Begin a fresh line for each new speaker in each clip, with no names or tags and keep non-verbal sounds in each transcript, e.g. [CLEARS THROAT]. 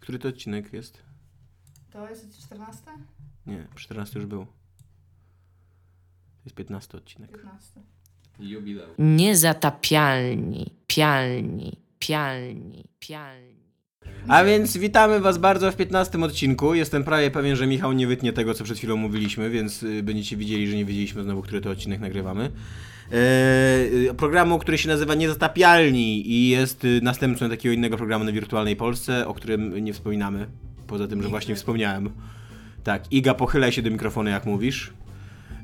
Który to odcinek jest?
To jest 14?
Nie, 14 już był. To jest 15 odcinek.
15.
Jubileusz.
Niezatapialni, pialni, pialni, pialni.
A więc witamy was bardzo w 15 odcinku. Jestem prawie pewien, że Michał nie wytnie tego, co przed chwilą mówiliśmy, więc y, będziecie widzieli, że nie wiedzieliśmy znowu, który to odcinek nagrywamy. Eee, programu, który się nazywa Niezatapialni i jest y, następcą takiego innego programu na wirtualnej Polsce, o którym nie wspominamy. Poza tym, że właśnie wspomniałem. Tak, Iga, pochylaj się do mikrofonu, jak mówisz.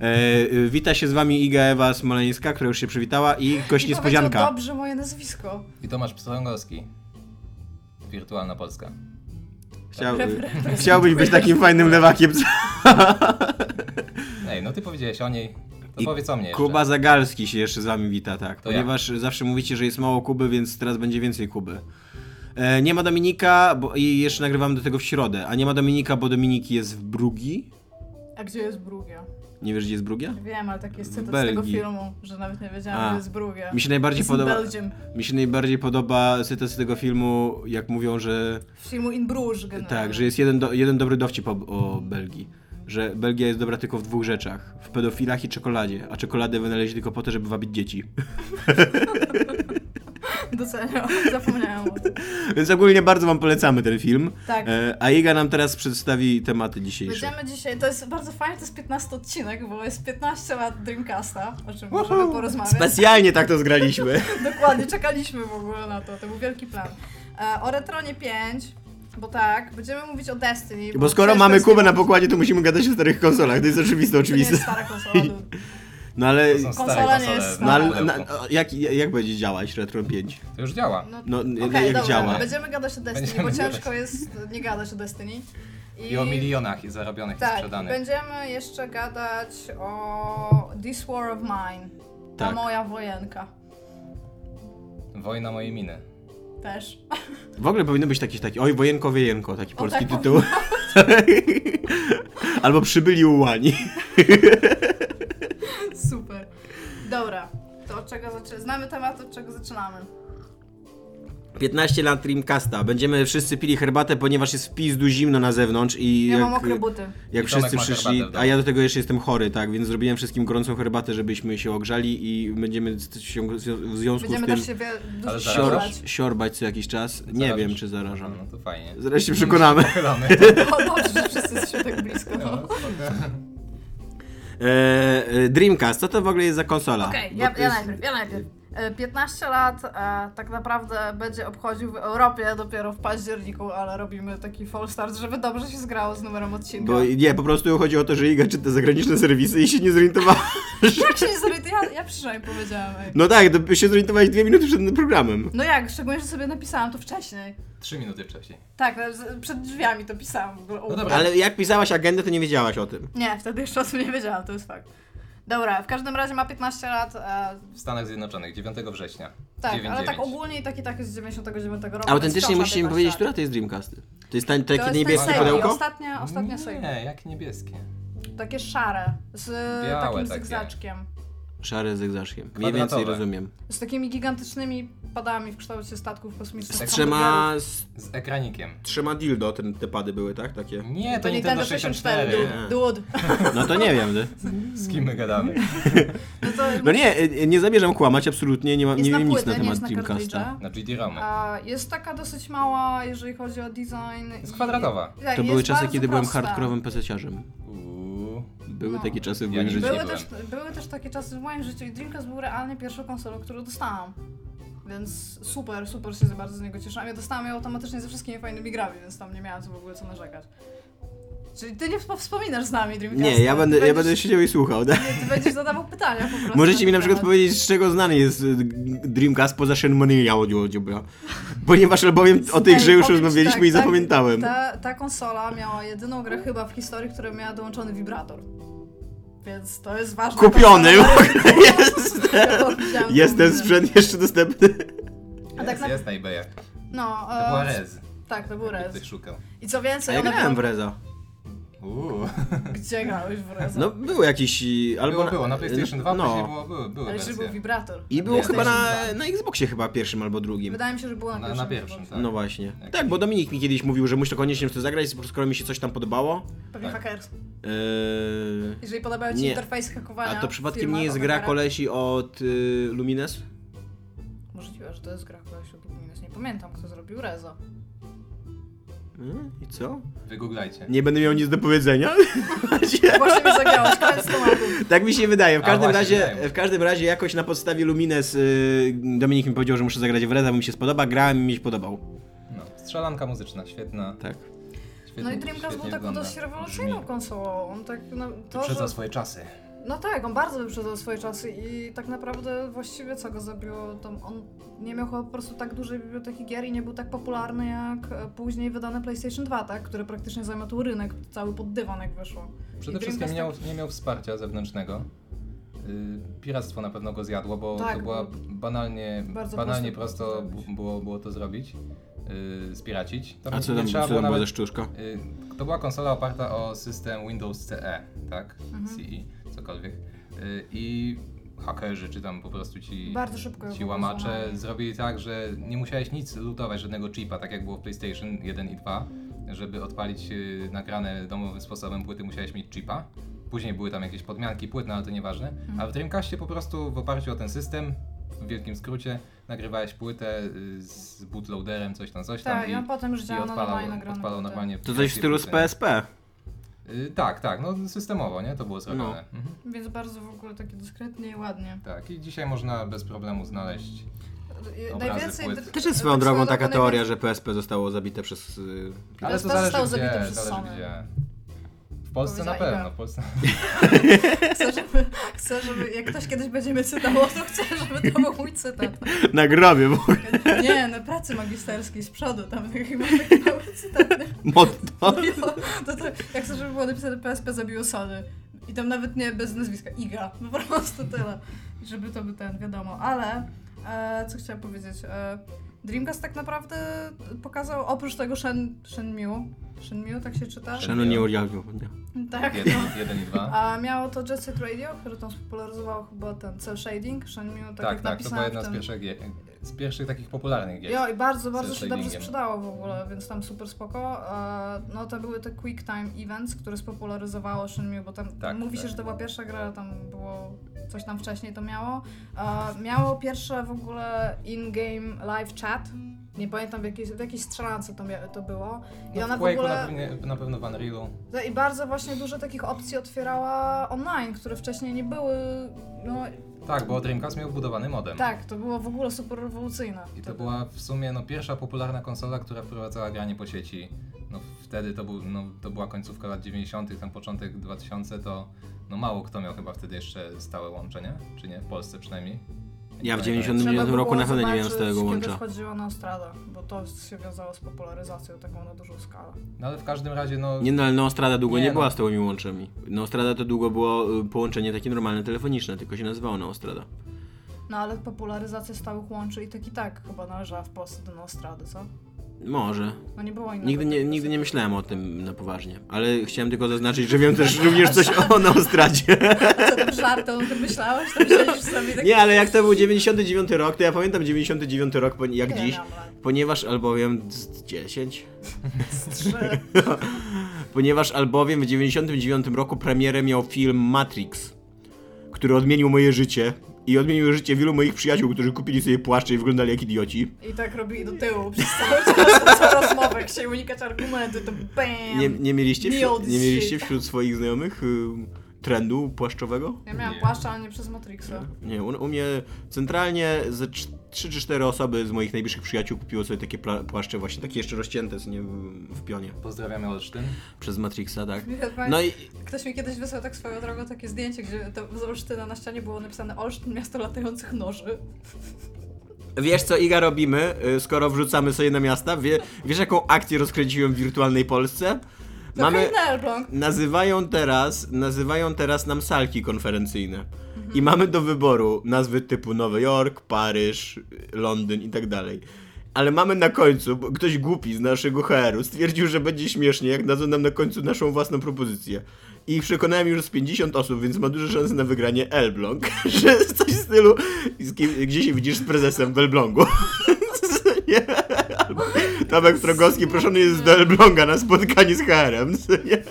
Eee, y, wita się z wami Iga Ewa Smoleńska, która już się przywitała i gość
I
niespodzianka.
powiedział dobrze moje nazwisko.
I Tomasz Pstrągowski. Wirtualna Polska.
Chciał,
Reprezentuję.
chciałbyś być takim fajnym lewakiem. co-
Ej, no ty powiedziałeś o niej, to
I
powiedz o mnie jeszcze.
Kuba Zagalski się jeszcze z wami wita, tak.
To ja.
ponieważ zawsze mówicie, że jest mało Kuby, więc teraz będzie więcej Kuby. E, nie ma Dominika, bo i jeszcze nagrywamy do tego w środę. A nie ma Dominika, bo Dominik jest w Brugi.
A gdzie jest Brugia?
Nie wiesz, gdzie jest Brugia?
Wiem, ale taki jest
W
cytat z tego
Belgii.
filmu, że nawet nie wiedziałam,
A.
że jest Brugia.
Mi się najbardziej
Jest
podoba.
Belgium.
Mi się najbardziej podoba cytat z tego filmu, jak mówią, że.
W filmu In Bruges generalnie.
Tak,
[LAUGHS]
że jest jeden, do, jeden dobry dowcip o, o Belgii. Że Belgia jest dobra tylko w dwóch rzeczach: w pedofilach i czekoladzie. A czekoladę wynaleźli tylko po to, żeby wabić dzieci.
Doceniam, zapomniałam o tym.
Więc ogólnie bardzo wam polecamy ten film.
Tak.
E, A Iga nam teraz przedstawi tematy dzisiejsze.
Będziemy dzisiaj, to jest bardzo fajnie, to jest 15 odcinek, bo jest 15 lat Dreamcasta, o czym
Uhu!
możemy porozmawiać.
Specjalnie tak to zgraliśmy.
[LAUGHS] Dokładnie, czekaliśmy w ogóle na to, to był wielki plan. E, o Retronie 5, bo tak, będziemy mówić o Destiny.
Bo skoro
przecież
mamy
to jest
Kubę na
niemożliwe.
pokładzie, to musimy gadać o starych konsolach. To jest oczywiste,
To nie jest tak.
oczywiste. [LAUGHS]
stara konsola, dude.
No ale...
To są stare
Konsola nie
konsole
jest
w
No ale
pudełku.
na, jak, jak będzie działać Retro 5?
To już działa.
No,
okej,
jak
dobra,
działa?
no Będziemy gadać o Destiny,
Będziemy
bo ciężko
gadać.
jest nie gadać o Destiny.
I o milionach i zarobionych i
Tak,
sprzedanych.
będziemy jeszcze gadać o This War of Mine. Ta
Tak.
moja wojenka.
Wojna mojej miny.
Też. [LAUGHS]
W ogóle powinno być taki, taki oj, wojenko, wiejenko, taki polski
tak.
tytuł. [LAUGHS] Albo przybyli ułani.
Super. Dobra, to od czego zaczynamy? Znamy temat, od czego zaczynamy.
15 lat Dreamcasta. Będziemy wszyscy pili herbatę, ponieważ jest w pizdu zimno na zewnątrz i
Ja mam
jak-
mokre buty.
Jak
I Tomek
wszyscy
ma
przyszli,
herbatę w domu.
a ja do tego jeszcze jestem chory, tak, więc zrobiłem wszystkim gorącą herbatę, żebyśmy się ogrzali i będziemy z- się w zwią- w związku
Będziemy
z
też
tym
siebie dużo
Ale
sior
zarażasz?
strzelać.
siorbać co jakiś czas. Nie
Zarażasz.
wiem, czy zarażam.
No to fajnie.
Zaraz się
[LAUGHS]
przekonamy.
Pochylony.
[LAUGHS] O, dobrze, że wszyscy są tak blisko.
[LAUGHS]
No, spoko.
E, e, Dreamcast, co to w ogóle jest za konsola?
Okej,
Bo
ja,
to
ja
jest-
najpierw, ja najpierw. E, 15 lat e, tak naprawdę będzie obchodził w Europie dopiero w październiku, ale robimy taki full start, żeby dobrze się zgrało z numerem odcinka.
Bo nie, po prostu chodzi o to, że Iga czyta zagraniczne serwisy i się nie zorientowała.
Jak Tak się nie zorientuje, ja, ja przynajmniej powiedziałam. Ej.
No tak, to się zorientowałeś dwie minuty przed programem.
No jak, szczególnie, że sobie napisałam to wcześniej.
Trzy minuty wcześniej.
Tak, no, z- przed drzwiami to pisałam w ogóle.
No dobra.
Ale jak pisałaś agendę, to nie wiedziałaś o tym.
Nie, wtedy jeszcze o tym nie wiedziałam, to jest fakt. Dobra, w każdym razie ma 15 lat, e,
W Stanach Zjednoczonych 9 września.
tak,
9,
ale tak ogólnie i taki tak jest z 99 roku. więc
Autentycznie
wciąż ma
musicie mi
15
powiedzieć,
lat.
która to jest Dreamcast. To jest ta-
To
takie
jest
niebieskie
ten
Sega.
pudełko?
Ostatnia, ostatnia Sega.
Nie, jak niebieskie.
Takie szare, z
Białe
takim
takie.
zygzaczkiem.
Szare z egzaszkiem. Mniej więcej
Kwadratowe.
rozumiem.
Z takimi gigantycznymi padami w kształcie statków kosmicznych.
Z
Tak.
trzema, z
Z ekranikiem.
trzema dildo ten, te pady były, tak? Takie.
Nie, to,
To Nintendo 64, dude. dude.
[LAUGHS] No to nie wiem.
Z kim my gadamy?
No to
No nie, y, nie zamierzam kłamać, absolutnie nie, ma,
jest
nie wiem
na
nic na
płytę, nie
temat
jest na
Dreamcasta.
kartridża.
Na GD-ROMy.
A Jest taka dosyć mała, jeżeli chodzi o design.
Jest
i-
kwadratowa.
Tak,
To
jest
były czasy,
bardzo
kiedy byłem
prosta.
hardkorowym peseciarzem.
Uuu.
Były
No.
takie czasy w
Ja
moim
nie
życiu.
Były
byłem.
też, były też takie czasy w moim życiu i Dreamcast był realnie pierwszą konsolą, którą dostałam. Więc super, super się bardzo z niego cieszyłam. Ja dostałam ją automatycznie ze wszystkimi fajnymi grami, więc tam nie miałam co w ogóle co narzekać. Czyli ty nie wsp- wspominasz z nami Dreamcasta.
Nie, ja
Ty
będę, ja
będziesz-
będę siedział i słuchał. Tak?
Ty będziesz zadawał pytania po prostu.
Możecie mi na
ten
przykład
temat.
powiedzieć, z czego znany jest y, Dreamcast poza Shenmue audio, dobra. Ponieważ albowiem o tej
Ej,
grze już
powiem ci
rozmawialiśmy
tak,
i
tak,
zapamiętałem.
Ta, ta konsola miała jedyną grę chyba w historii, która miała dołączony wibrator. Więc to jest ważne.
Kupiony w
[LAUGHS]
ogóle jest. Jest ten sprzęt jeszcze dostępny.
A tak
Jest,
na-
jest na eBayach. To
No, e,
była Rez.
tak, to był
Jakby
Rez.
Ktoś szukał.
I co więcej,
Ja
ona
grałem
była-
w Reza.
Uuu.
Gdzie grałeś w Reza?
No było jakiś... i- [LAUGHS] Albo
Albo było, na PlayStation 2
no.
później było, były, były
Ale czy był
wersje.
wibrator?
I było
Jesteś
chyba na,
za.
na Xboxie chyba pierwszym albo drugim.
Wydaje mi się, że było na
Na- na
pierwszym.
pierwszym,
chyba.
tak.
No właśnie.
Jakiś-
Tak, bo Dominik mi kiedyś mówił, że muszę koniecznie w to zagrać, skoro mi się coś tam podobało.
Pewnie
Tak.
hakers.
Eee,
Jeżeli podobają ci
Nie.
interfejsy hakowania.
a to przypadkiem
firma
nie jest gra
hakera-
kolesi od y, Lumines?
Możliwe, że to jest gra koleś lub minus. Nie pamiętam, kto zrobił Reza.
Hmm? I co?
Wygooglajcie.
Nie będę miał nic do powiedzenia. [LAUGHS]
Właśnie mi zagrałeś, koniec tematu.
tak mi się wydaje. W
A,
każdym,
właśnie,
razie,
wydaje.
w każdym razie jakoś na podstawie Lumines y, Dominik mi powiedział, że muszę zagrać w Reza, bo mi się spodoba. Grałem i mi się podobał.
No, strzelanka muzyczna, świetna.
Tak.
świetnie-
No i Dreamcast
świetnie
był taką
wygląda.
dość rewolucyjną
Brzmi.
konsolą. On tak na, to,
Wyprzedza
że,
swoje czasy.
No tak, on bardzo wyprzedzał swoje czasy i tak naprawdę właściwie co go zabiło, to on nie miał chyba po prostu tak dużej biblioteki gier i nie był tak popularny jak e, później wydane PlayStation 2, tak? Które praktycznie zamiotł rynek cały pod dywan jak wyszło.
Przede
I
wszystkim nie miał,
Dreamcast tak-
nie miał wsparcia zewnętrznego. Y, Piractwo na pewno go zjadło, bo
Tak,
to była
bo
banalnie,
bardzo
banalnie
prosto
prosto,
było to zrobić.
bu- było, było to zrobić, yy, spiracić. Tam
A co
nie
tam,
trzeba
co tam było
nawet-
za szczuszka?
Y, To była konsola oparta o system Windows CE, tak?
Mhm.
CE, cokolwiek. Y, I hakerzy, czy tam po prostu ci,
Bardzo szybko ją
ci łamacze
pokonali.
zrobili tak, że nie musiałeś nic lutować, żadnego chipa, tak jak było w PlayStation 1 i 2. Żeby odpalić y, nagrane domowym sposobem płyty, musiałeś mieć chipa. Później były tam jakieś podmianki płytne, ale to nieważne. A
Mhm.
w Dreamcastie po prostu w oparciu o ten system, w wielkim skrócie, nagrywałeś płytę y, z bootloaderem, coś tam, coś tam.
Tak, i on potem już
i
działał na
odpalał-
normalnie nagrane
odpalał
płyty.
normalnie
To coś w stylu z
płyty.
PSP.
Y, tak, tak, no systemowo, nie? To było zrobione.
No.
Mhm.
Więc bardzo w ogóle takie dyskretnie i ładnie.
Tak, i dzisiaj można bez problemu znaleźć.
E,
Obrazy płyt.
dr-
Też jest swoją drogą
Dexter
taka
Lopez-
teoria, że PSP zostało zabite przez... y,
Ale to zostało zabite przez Sony.
W Polsce na
Powiedziała
pewno,
Iga.
w Polsce.
Chcę żeby, chcę, żeby jak ktoś kiedyś będzie mnie cytował, to chcę, żeby to był mój cytat.
Na grobie, bo
Nie, na pracy magisterskiej z przodu, tam chyba taki mały cytat.
motto.
To, to, jak chcę, żeby było napisane PSP zabiło Sony. I tam nawet nie bez nazwiska, Iga, po prostu tyle. Żeby to był ten, wiadomo. Ale, e, co chciałam powiedzieć, e, Dreamcast tak naprawdę pokazał, oprócz tego Shen, Shenmue, Shenmue tak się czyta?
Szanu nie ujawnił. nie.
tak.
Jeden, jeden i dwa.
A miało to Jet Set Radio, które tam spopularyzowało chyba ten cel shading, Shenmue, tak, jak
Tak, tak, to była
napisane
jedna
w
z
tym...
pierwszych, gier- z pierwszych takich popularnych gier.
Jo, i bardzo, bardzo
Cel
się dobrze
shadingiem.
sprzedało w ogóle, więc tam super spoko. E, No to były te quick time events, które spopularyzowało Shenmue, bo tam
Tak,
mówi
tak.
się, że to była pierwsza gra, ale tam było coś tam wcześniej to miało. E, Miało pierwsze w ogóle in-game live chat. Nie pamiętam w jakiej, w jakiej strzelance to, mia- to było. I
No,
ona
w
w
Quake'u
ogóle.
na, pewno, na pewno w Unrealu.
No I bardzo właśnie dużo takich opcji otwierała online, które wcześniej nie były. No
Tak, bo Dreamcast miał wbudowany modem.
tak, to było w ogóle super rewolucyjne.
I to
wtedy.
była w sumie no, pierwsza popularna konsola, która wprowadzała granie po sieci. No, wtedy to, był, no, to była końcówka lat 90., tam początek 2000, to no, mało kto miał chyba wtedy jeszcze stałe łączenie, czy nie? W Polsce przynajmniej.
Ja w
Tak,
90
Trzeba
90 roku
było
na pewno nie miałem
zobaczyć,
stałego
Kiedy
łącza.
wchodziła na Ostrada, bo to się wiązało z popularyzacją taką na dużą skalę.
No ale w każdym razie, no.
Nie no, ale Neostrada długo nie,
Nie, no.
była stałymi łączami. Neostrada to długo było y, połączenie takie normalne telefoniczne, tylko się nazywało Neostrada.
No ale popularyzacja stałych łączy i tak i tak chyba należała w Polsce do Ostrady, co?
Może.
No nie było innego.
Nigdy nie, nigdy nie myślałem o tym na poważnie, ale chciałem tylko zaznaczyć, że wiem też również coś o Neostradzie.
Co tam żartą, ty myślałeś? To myślałeś sobie tak...
[LAUGHS] Nie, ale jak to był 99 rok, to ja pamiętam 99 rok poni- jak
[LAUGHS] Ile
dziś,
miałam lat?
ponieważ albowiem z 10,
Trzy.
[LAUGHS] ponieważ albowiem w 99 roku premierę miał film Matrix, który odmienił moje życie i odmienił życie wielu moich przyjaciół, którzy kupili sobie płaszcze i wyglądali jak idioci.
I tak robili do tyłu przez cały
[LAUGHS]
czas co rozmowę, chcieli unikać argumentu, to bam!
Nie, nie, mieliście,
Nie
wśród,
odzyskuj.
nie mieliście wśród swoich znajomych y, trendu płaszczowego?
Ja miałam
Nie.
płaszcza, ale nie przez Matrixa.
Nie, u, u mnie centralnie ze 3 czy 4 osoby z moich najbliższych przyjaciół kupiło sobie takie pla- płaszcze właśnie, takie jeszcze rozcięte, co nie w, w pionie.
Pozdrawiamy Olsztyn.
Przez Matrixa, tak.
No
No i
Ktoś mi kiedyś wysłał tak swoją drogą takie zdjęcie, gdzie to z Olsztyna na ścianie było napisane Olsztyn, miasto latających noży.
wiesz co Iga robimy, y, skoro wrzucamy sobie na miasta? Wie, wiesz jaką akcję rozkręciłem w wirtualnej Polsce?
To Mamy... Elbląg.
Nazywają teraz, nazywają teraz nam salki konferencyjne. I mamy do wyboru nazwy typu Nowy Jork, Paryż, Londyn i tak dalej. ale mamy na końcu, bo ktoś głupi z naszego HR-u stwierdził, że będzie śmiesznie, jak dadzą nam na końcu naszą własną propozycję. I przekonałem już z 50 osób, więc ma duże szanse na wygranie Elbląg, [LAUGHS] że coś w stylu, z kim, gdzie się widzisz z prezesem w Elblągu. [LAUGHS] Nie? Albo Tomek Strogowski proszony jest do Elbląga na spotkanie z HR-em. [LAUGHS] nie?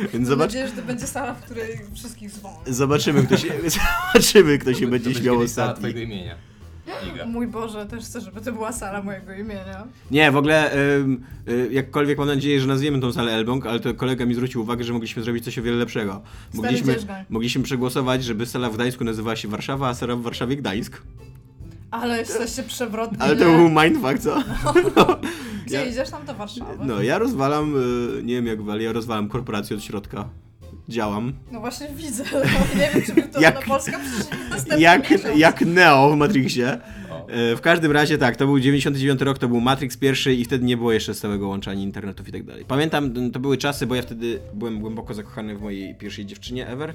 Więc
Mam
zobacz,
nadzieję, że to będzie sala, w której wszystkich zwolnię.
zobaczymy, kto się, [LAUGHS] zobaczymy, kto się będzie śmiał
sala
ostatni.
twojego imienia. Iga.
Mój Boże, też chcę, żeby to była sala mojego imienia.
Nie, w ogóle ym, y, jakkolwiek mam nadzieję, że nazwiemy tą salę Elbląg, ale to kolega mi zwrócił uwagę, że mogliśmy zrobić coś o wiele lepszego. Mogliśmy,
dzierżgań.
mogliśmy przegłosować, żeby sala w Gdańsku nazywała się Warszawa, a sala w Warszawie Gdańsk.
Ale jesteście przewrotni.
Ale to był mindfuck, co? No.
Gdzie
ja-
idziesz, tam to Warszawa. No.
No, ja rozwalam, y, nie wiem jak wali, ja rozwalam korporację od środka. Działam.
No właśnie widzę. [LAUGHS] Nie wiem, czy by to
Jak-
na Polska przyszli następny
Jak,
miesiąc.
jak Neo w Matrixie.
O.
Y, W każdym razie tak, to był 99 rok, to był Matrix pierwszy i wtedy nie było jeszcze stałego łącza ani internetów i tak dalej. Pamiętam, m, to były czasy, bo ja wtedy byłem głęboko zakochany w mojej pierwszej dziewczynie ever.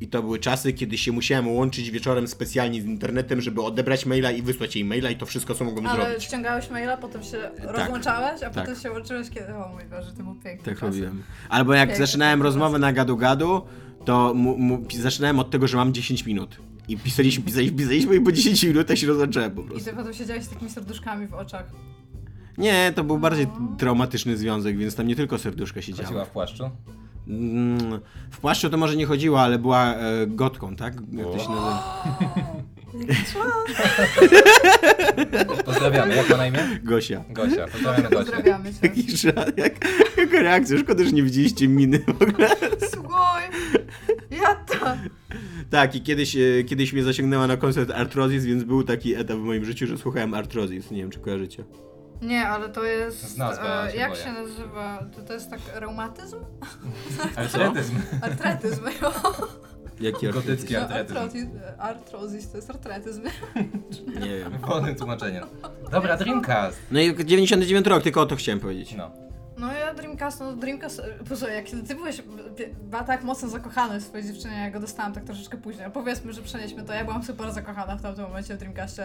I to były czasy, kiedy się musiałem łączyć wieczorem specjalnie z internetem, żeby odebrać maila i wysłać jej maila i to wszystko, co mogłem
Ale
zrobić.
ściągałeś maila, potem się rozłączałeś, a
tak.
potem się łączyłeś kiedy... O mój Boże, to był piękny
Tak
czas.
robiłem. Albo jak
Jak
zaczynałem
to
rozmowę na gadu-gadu, to mu, mu, pi- zaczynałem od tego, że mam 10 minut. I pisaliśmy, pisaliśmy, pisaliśmy i po 10 minutach się rozłączałem po prostu.
I ty potem siedziałeś z takimi serduszkami w
[LAUGHS]
oczach.
Nie, to był bardziej traumatyczny związek, więc tam nie tylko serduszka się działo.
Chodziła w płaszczu?
Mm, W płaszczu to może nie chodziła, ale była e, gotką, tak? Jak to się nazywa?
Pozdrawiamy, jak ma na imię?
Gosia.
Gosia, pozdrawiamy Gosię.
Pozdrawiamy cię.
Taki żart, jak, jaka reakcja, szkoda, że nie widzieliście miny w ogóle.
Słuchaj! Ja to...
Tak, i kiedyś, e, kiedyś mnie zaciągnęła na koncert Artrozis, więc był taki etap w moim życiu, że słuchałem Artrozis, nie wiem czy kojarzycie.
Nie, ale to jest...
Z nazwy, ale
e,
się
jak
boję.
się nazywa? To, to jest tak reumatyzm?
Artretyzm.
Artretyzm.
Jaki Artrozis?
Gotycki
No, [LAUGHS]
artretyzm.
artrozi- Artrozis to jest artretyzm.
Nie wiem.
Wolne tłumaczenie. Dobra, Dreamcast.
No i 99 rok, tylko o to chciałem powiedzieć.
No.
No ja Dreamcast, no Dreamcast... Posłuchaj, jak ty byłeś pie- ba, tak mocno zakochany w swojej dziewczynie, ja go dostałam tak troszeczkę później. Powiedzmy, że przenieśmy to. Ja byłam super zakochana w tamtym momencie w Dreamcastie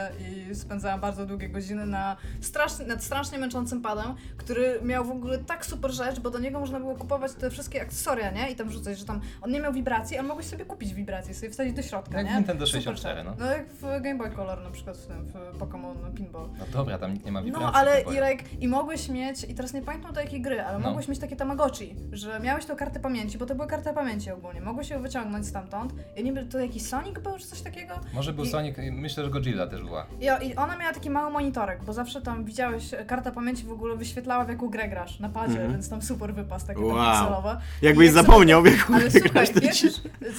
i spędzałam bardzo długie godziny na strasznie, nad strasznie męczącym padem, który miał w ogóle tak super rzecz, bo do niego można było kupować te wszystkie akcesoria, nie? I tam rzucać, że tam... On nie miał wibracji, ale mogłeś sobie kupić wibracje, sobie wsadzić do środka,
Jak
nie?
w Nintendo
Super
64, no.
rzecz. No jak w Game Boy Color na przykład, w tym, w Pokémon Pinball.
No dobra, tam nikt nie ma wibracji.
No, ale
tylko-
Irek, i mogłeś mieć, i teraz nie pamiętam do jakiej gry, ale
No.
mogłeś mieć takie Tamagotchi, że miałeś tą kartę pamięci, bo to były karty pamięci ogólnie, mogłeś ją wyciągnąć stamtąd, i niby to jakiś Sonic był, czy coś takiego?
Może był
I-
Sonic, myślę, że Godzilla też była.
I, I ona miała taki mały monitorek, bo zawsze tam widziałeś, e, karta pamięci w ogóle wyświetlała, w jaką grę grasz, na padzie,
Mhm.
więc tam super wypas, takie
Wow.
wow. pikselowe.
Jakbyś
Jak sobie-
zapomniał, jak
Ale słuchaj,
grasz, to
wiesz,
ci-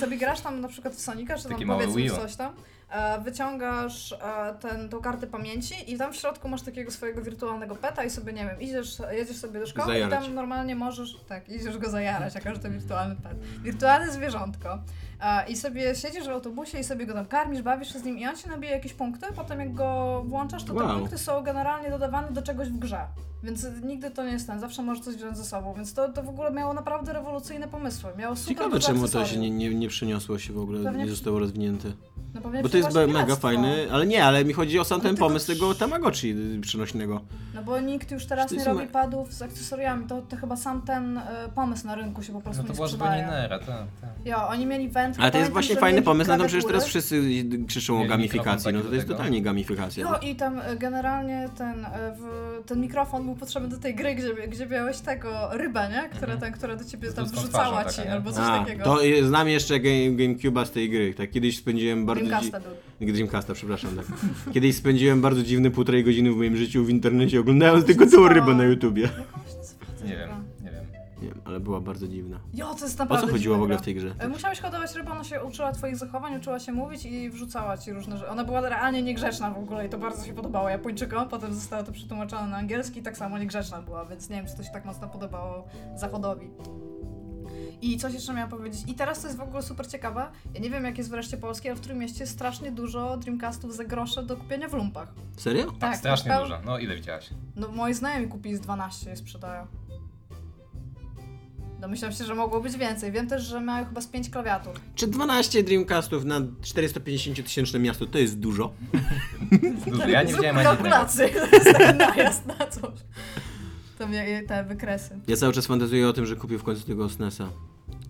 sobie grasz tam na przykład w Sonika, czy tam
Takie małe
powiedzmy
Wii U.
coś tam, e, wyciągasz e, ten, tą kartę pamięci i tam w środku masz takiego swojego wirtualnego peta i sobie, nie wiem, idziesz, jedziesz sobie do szkoły
Zajarać.
i tam normalnie możesz, tak, idziesz go zajarać, jako że to wirtualny pet. Wirtualne zwierzątko. E, I sobie siedzisz w autobusie i sobie go tam karmisz, bawisz się z nim i on ci nabija jakieś punkty, potem jak go włączasz, to
Wow.
te punkty są generalnie dodawane do czegoś w grze. Więc nigdy to nie jest ten, zawsze możesz coś wziąć ze sobą, więc to, to w ogóle miało naprawdę rewolucyjne pomysły. Miało super
Ciekawe,
dużo
czemu to się
akcesoriów.
nie, nie, nie przeniosło się w ogóle,
Pewnie-
nie zostało rozwinięte.
No pewnie
Bo to jest
przykład
mega
piractwa.
fajny, ale nie, ale mi chodzi o sam
Ale
ten
tego-
pomysł tego Tamagotchi y, przenośnego.
No bo nikt już
Czy
teraz
to
nie
jest
robi
ma-
padów z akcesoriami, to, to chyba sam ten e, pomysł na rynku się po prostu
No to
nie
była
sprzedaje.
zupełnie inna era, tak. tak.
Jo, oni mieli węd.
Ale to jest
pamiętam,
właśnie
że
fajny
mieli
pomysł, na to przecież
klawiatury.
teraz wszyscy krzyczą o
Mieli
gamifikacji,
mikrofon
no
taki
to
do
jest
tego.
totalnie gamifikacja.
No i tam e, generalnie ten, e, w, ten mikrofon był potrzebny do tej gry, gdzie, gdzie miałeś tego ryba, nie? Która,
Mhm.
ten, która do ciebie
Z
tam
ludzką
wrzucała
twarzą
ci
taka, nie?
albo coś
A,
takiego.
to y, znam jeszcze game, Gamecube'a z tej gry, tak kiedyś spędziłem bardzo...
Dreamcasta był.
Dzi- Dreamcasta, przepraszam, tak. Kiedyś spędziłem bardzo dziwne półtorej godziny w moim życiu w internecie, oglądając tylko całą rybę na YouTubie.
Jak ona się nazywa ta
Nie
gra?
wiem, nie wiem. Tak,
Nie wiem, ale była bardzo dziwna.
Jo, to jest
O
naprawdę
co chodziło w
dziwna
ogóle
gra.
w tej grze?
E, Musiałeś hodować rybę, ona się uczyła twoich zachowań, uczyła się mówić i wrzucała ci różne rzeczy. Ona była realnie niegrzeczna w ogóle i to bardzo się podobało Japończykom, potem zostało to przetłumaczone na angielski i tak samo niegrzeczna była, więc nie wiem, czy to się tak mocno podobało Zachodowi. I coś jeszcze miałam powiedzieć. I teraz to jest w ogóle super ciekawe. Ja nie wiem, jak jest wreszcie polskie, ale w Trójmieście jest strasznie dużo Dreamcastów za grosze do kupienia w lumpach.
Serio?
Tak,
Strasznie
peł- [LAUGHS]
dużo. No ile widziałaś?
No moi znajomi kupili z 12 i sprzedają. Domyślam się, że mogło być więcej. Wiem też, że mają chyba z 5 klawiatur.
Czy 12 Dreamcastów na 450 tysięczne miasto to jest dużo?
Dużo, ja
Zróbmy
nie widziałem ani jednego.
kalkulację. [LAUGHS] To jest taki najazd na coś. Tam jak- jak te wykresy.
Ja cały czas fantazuję o tym, że kupię w końcu tego SNESa.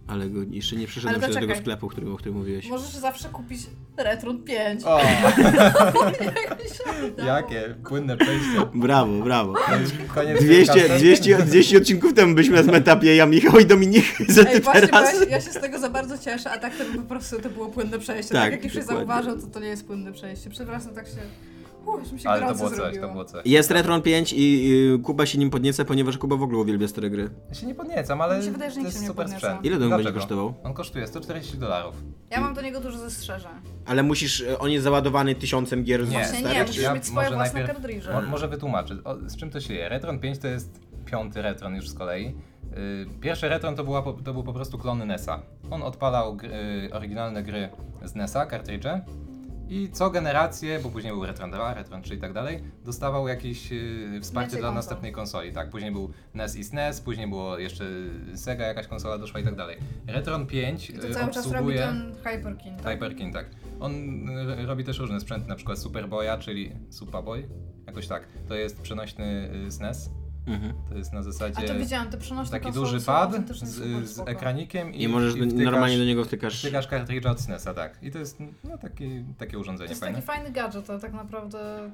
Ale go jeszcze nie przeszedłem
Ale
się do tego
poczekaj.
sklepu, o którym, o którym mówiłeś.
Możesz zawsze kupić Retron 5. [LAUGHS]
O,
Jak mi się udało.
jakie płynne przejście.
Brawo, brawo.
Koniec
200,
Dreamcasta.
200, 200 odcinków temu byliśmy na etapie ja Michał i Dominik, że ty
Ej, właśnie, bo ja
teraz...
się, ja się z tego za bardzo cieszę, a tak to po prostu to było płynne przejście. Tak,
Tak,
jak już się
dokładnie.
zauważył, to to nie jest płynne przejście. Przepraszam, tak się... Uff, już mi się
Ale to
gorąco
było coś,
zrobiło.
to było coś.
Jest Retron 5 i y, Kuba się nim podnieca, ponieważ Kuba w ogóle uwielbia stare gry.
Ja się nie podniecam, ale
Mi się wydaje, że
to
nikt
jest
się nie
super
podnieca.
sprzęt.
Ile to on będzie
Dlaczego?
kosztował?
On kosztuje 140 dolarów.
Ja mam do niego dużo zastrzeżeń.
Ale musisz, y, on jest załadowany tysiącem gier
Nie.
z
Właśnie nie,
starych,
musisz
czy...
mieć swoje
może
własne
najpierw-
kartridże.
Mo- Może wytłumaczę, o, z czym to się je. Retron 5 to jest piąty Retron już z kolei. Yy, Pierwszy Retron to, była, po- to był po prostu klon NES-a. On odpalał gr- yy, oryginalne gry z NES-a, kartridże. I co generację, bo później był Retron 2, Retron 3 i tak dalej, dostawał jakieś yy, wsparcie
Więcej
dla
Znaczy konsol.
następnej konsoli. Tak, później był NES i SNES, później było jeszcze Sega jakaś konsola doszła i tak dalej. Retron 5
I
yy,
to cały czas robi
obsługuje...
ten Hyperkin. Tak?
Hyperkin, tak. On y, robi też różne sprzęty, na przykład Superboya, czyli Supaboy, jakoś tak. To jest przenośny y, SNES,
Mhm.
to jest na zasadzie
A to widziałam, te przenośne
taki
konsole
duży
są
pad
autentycznie super
z, z
spoko.
ekranikiem i,
I możesz
i
do-
wtykasz,
normalnie do niego wtykasz...
wtykasz kartridż od SNESa, tak. I to jest no, taki, takie
To
urządzenie
jest
fajne.
taki fajny gadżet, ale tak naprawdę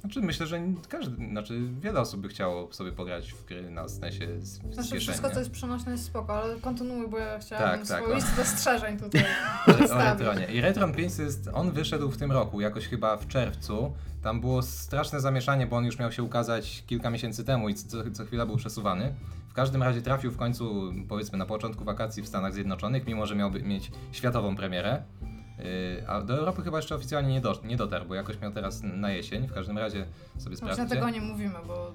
Znaczy myślę, że każdy, znaczy wiele osób by chciało sobie pograć w gry na SNESie z, z
Znaczy
kieszeni,
wszystko,
nie?
co jest przenośne jest spoko, ale kontynuuj, bo ja chciałam
Tak, tak,
swoje
no.
listę zastrzeżeń
[LAUGHS]
tutaj [LAUGHS]
o
przedstawić.
Retronie. I Retron 5 jest, on wyszedł w tym roku, jakoś chyba w czerwcu. Tam było straszne zamieszanie, bo on już miał się ukazać kilka miesięcy temu i co, co chwila był przesuwany. W każdym razie trafił w końcu, powiedzmy, na początku wakacji w Stanach Zjednoczonych, mimo że miał mieć światową premierę. Yy, A do Europy chyba jeszcze oficjalnie nie, do, nie dotarł, bo jakoś miał teraz na jesień. W każdym razie
Właśnie
sobie sprawdźcie.
dlatego nie mówimy, bo...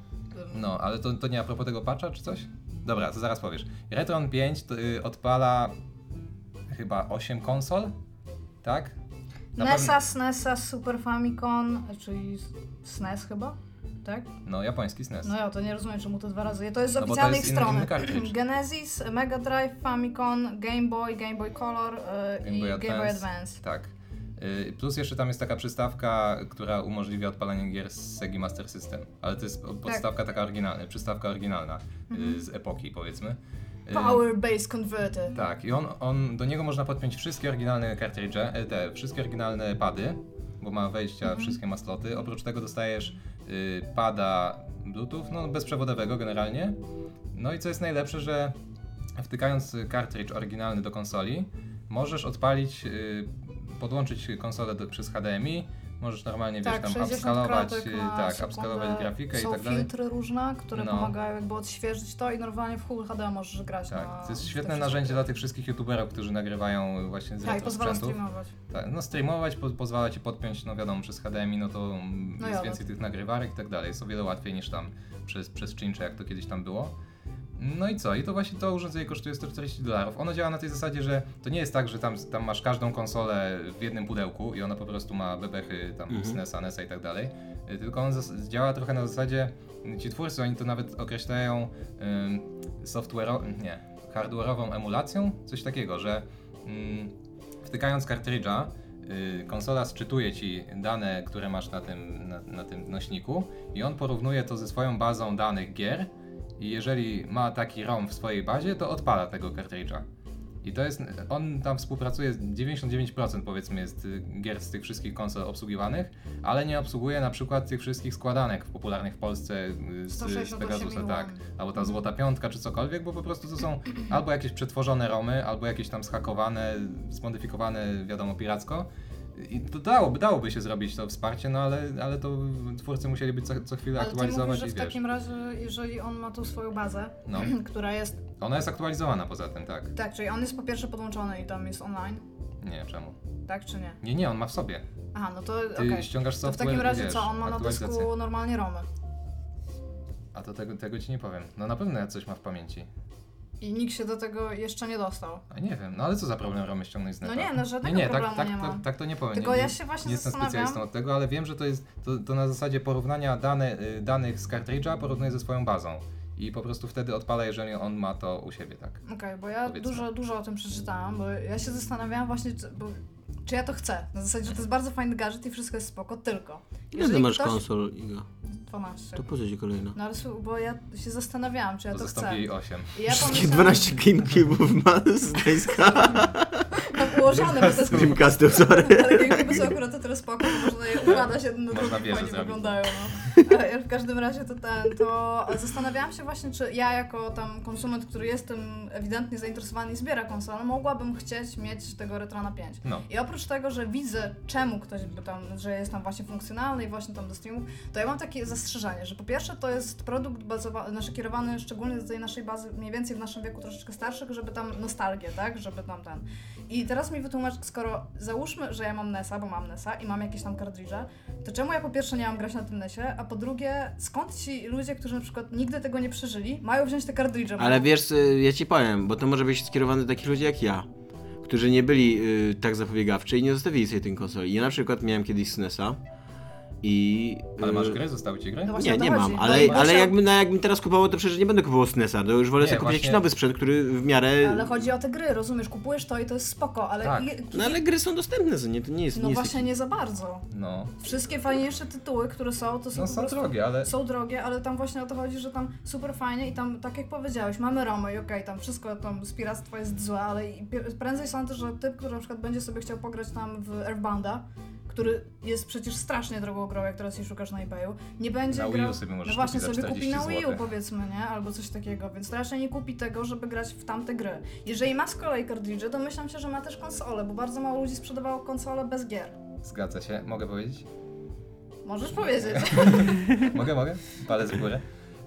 ym,
No, ale to, to nie a propos tego patcha czy coś? Dobra, to zaraz powiesz. Retron 5 to, y, odpala chyba 8 konsol, tak? Na
NESA, SNESa, E Super Famicom, czyli SNES E chyba? Tak?
pewno- No, japoński SNES.
No ja to nie rozumiem, czemu to dwa razy. To jest z
No bo to
oficjalnej
jest inny-
strony.
inny
[CLEARS THROAT]
kartridż.
Genesis, Mega Drive, Famicom, Game Boy, Game Boy Color y, i Game Boy Advance.
Tak. Y, Plus jeszcze tam jest taka przystawka, która umożliwia odpalanie gier z Sega Master System. Ale to jest
Tak.
o- podstawka taka oryginalna, przystawka oryginalna y, z epoki powiedzmy. Y,
Mhm. Power Base Converter.
Tak, i on, on, do niego można podpiąć wszystkie oryginalne kartridże, e, te wszystkie oryginalne pady, bo ma wejścia,
Mhm.
wszystkie ma sloty. Oprócz tego dostajesz y, pada Bluetooth, no bezprzewodowego generalnie. No i co jest najlepsze, że wtykając kartridż oryginalny do konsoli, możesz odpalić, y, podłączyć konsolę do, przez HDMI, możesz normalnie,
Tak,
wiesz, tam
60
upskalować,
kratek
y,
na
tak,
sekundę.
upskalować grafikę
Są
i tak dalej.
filtry różne, które
No.
pomagają jakby odświeżyć to i normalnie w Full HD możesz grać na...
Tak, to jest
te
świetne
wszystkie
narzędzie
gry.
dla tych wszystkich youtuberów, którzy nagrywają właśnie z
Tak, i
retro
pozwala
sprzętów.
streamować.
Tak, no streamować, po, pozwala ci podpiąć, no wiadomo, przez HDMI, no to mm,
No
jest
ja
więcej tych nagrywarek i tak dalej. Jest o wiele łatwiej niż tam przez, przez czyncze, jak to kiedyś tam było. No i co? I to właśnie to urządzenie kosztuje 140 dolarów. Ono działa na tej zasadzie, że to nie jest tak, że tam, tam masz każdą konsolę w jednym pudełku i ona po prostu ma bebechy tam
Mhm.
SNES-a, NES-a i tak dalej. Y, Tylko on zas- działa trochę na zasadzie, ci twórcy, oni to nawet określają ym, software'ową, nie, hardware'ową emulacją, coś takiego, że mm, wtykając kartridża, y, konsola sczytuje ci dane, które masz na tym, na, na tym nośniku i on porównuje to ze swoją bazą danych gier i jeżeli ma taki ROM w swojej bazie, to odpala tego kartridża. I to jest, on tam współpracuje, 99% powiedzmy jest y, gier z tych wszystkich konsol obsługiwanych, ale nie obsługuje na przykład tych wszystkich składanek popularnych w Polsce y, z, z
168
Pegasusa,
milion.
tak albo ta złota piątka, czy cokolwiek, bo po prostu to są albo jakieś przetworzone romy, albo jakieś tam zhakowane, zmodyfikowane, wiadomo, piracko. I to dałoby, dałoby się zrobić to wsparcie, no ale, ale to twórcy musieliby co, co chwilę
Ale ty mówisz,
aktualizować
że w
i wiesz.
takim razie, jeżeli on ma tą swoją bazę,
No.
która jest...
Ona jest aktualizowana poza tym, tak.
Tak, czyli on jest po pierwsze podłączony i tam jest online,
Nie, czemu?
tak czy nie?
Nie, nie, on ma w sobie.
Aha, no to
Ty
okej.
ściągasz
To w
software,
takim razie
wiesz,
co, on ma na
aktualizację.
dysku normalnie romy
A to tego, tego ci nie powiem. No na pewno coś ma w pamięci.
i nikt się do tego jeszcze nie dostał.
A nie wiem, no ale co za problem romy ściągnąć z
No
neta?
nie, no żadnego
nie, nie,
problemu
tak,
nie
tak,
ma.
Tak, tak to nie powiem.
Tylko
nie,
ja się właśnie
nie jestem
zastanawiam.
specjalistą od tego, ale wiem, że to jest to, to na zasadzie porównania dane, y, danych z kartridża porównuje ze swoją bazą. i po prostu wtedy odpala, jeżeli on ma to u siebie, tak?
Okej, bo ja
Powiedzmy.
dużo, dużo o tym przeczytałam, bo ja się zastanawiałam właśnie, czy, bo, czy ja to chcę. Na zasadzie, że to jest bardzo fajny gadżet i wszystko jest spoko, tylko...
Ile ty masz konsol, Iga?
12.
To poza ci kolejna.
No ale słu- bo ja się zastanawiałam, czy ja
To
to,
zastąpi
chcę.
jej 8.
I ja
Wszystkie
pomyślałam-
12 Gamecube'ów ma z Dejska.
Tak ułożone, bo to jest
Dreamcastem, sorry.
Ale Gamecube'y są akurat to teraz spoko, bo można je układać jedno na
Można
drugie,
wieżę
fajnie
zrobić.
wyglądają. No. Ale w każdym razie to ten, to zastanawiałam się właśnie, czy ja jako tam konsument, który jestem ewidentnie zainteresowany i zbiera konsolę, mogłabym chcieć mieć tego Retrona 5.
No.
I oprócz tego, że widzę, czemu ktoś by tam, że jest tam właśnie funkcjonalny i właśnie tam do streamów, to ja mam takie zastrzeżenie, że po pierwsze to jest produkt bazowany, znaczy kierowany szczególnie do tej naszej bazy, mniej więcej w naszym wieku troszeczkę starszych, żeby tam nostalgię, tak, żeby tam ten. I teraz mi wytłumacz, skoro załóżmy, że ja mam NESa, bo mam NESa i mam jakieś tam kartridże, to czemu ja po pierwsze nie mam grać na tym NESie, a po drugie, skąd ci ludzie, którzy na przykład nigdy tego nie przeżyli, mają wziąć te kartridże?
Ale wiesz, y, ja ci powiem, bo to może być skierowane do takich ludzi jak ja, którzy nie byli y, tak zapobiegawczy i nie zostawili sobie tej konsoli. Ja na przykład miałem kiedyś SNESa i...
Ale masz
y,
gry? Zostały ci gry?
No właśnie
Nie,
o to
nie
chodzi,
mam,
bo
ale,
właśnie-
ale jakby, no, jakbym teraz kupował, to przecież nie będę kupował SNESa, to już wolę
Nie,
sobie kupić
właśnie-
jakiś nowy sprzęt, który w miarę...
Ale chodzi o te gry, rozumiesz, kupujesz to i to jest spoko, ale...
Tak.
i-
No ale gry są dostępne, co nie, to nie jest...
No
nie
właśnie
jest...
nie za bardzo.
No.
Wszystkie fajniejsze tytuły, które są, to są
No
po
są
prostu...
drogie, ale
Są drogie, ale tam właśnie o to chodzi, że tam super fajnie i tam, tak jak powiedziałeś, mamy Romę i okej, tam wszystko tam z piractwa jest złe, ale i pier- prędzej sądzę, że typ, który na przykład będzie sobie chciał pograć tam w Earthbounda, który jest przecież strasznie drogą grą, jak teraz jej szukasz na eBayu, nie będzie
na Wii
grał...
U sobie możesz
No właśnie
kupić
sobie
za 40
kupi na Wii U
złotych.
powiedzmy, nie? Albo coś takiego, więc raczej nie kupi tego, żeby grać w tamte gry. Jeżeli ma z kolei kartridże, to myślę się, że ma też konsole, bo bardzo mało ludzi sprzedawało konsole bez gier.
Zgadza się. Mogę powiedzieć?
Możesz powiedzieć.
[LAUGHS] Mogę, mogę? Palec w górę.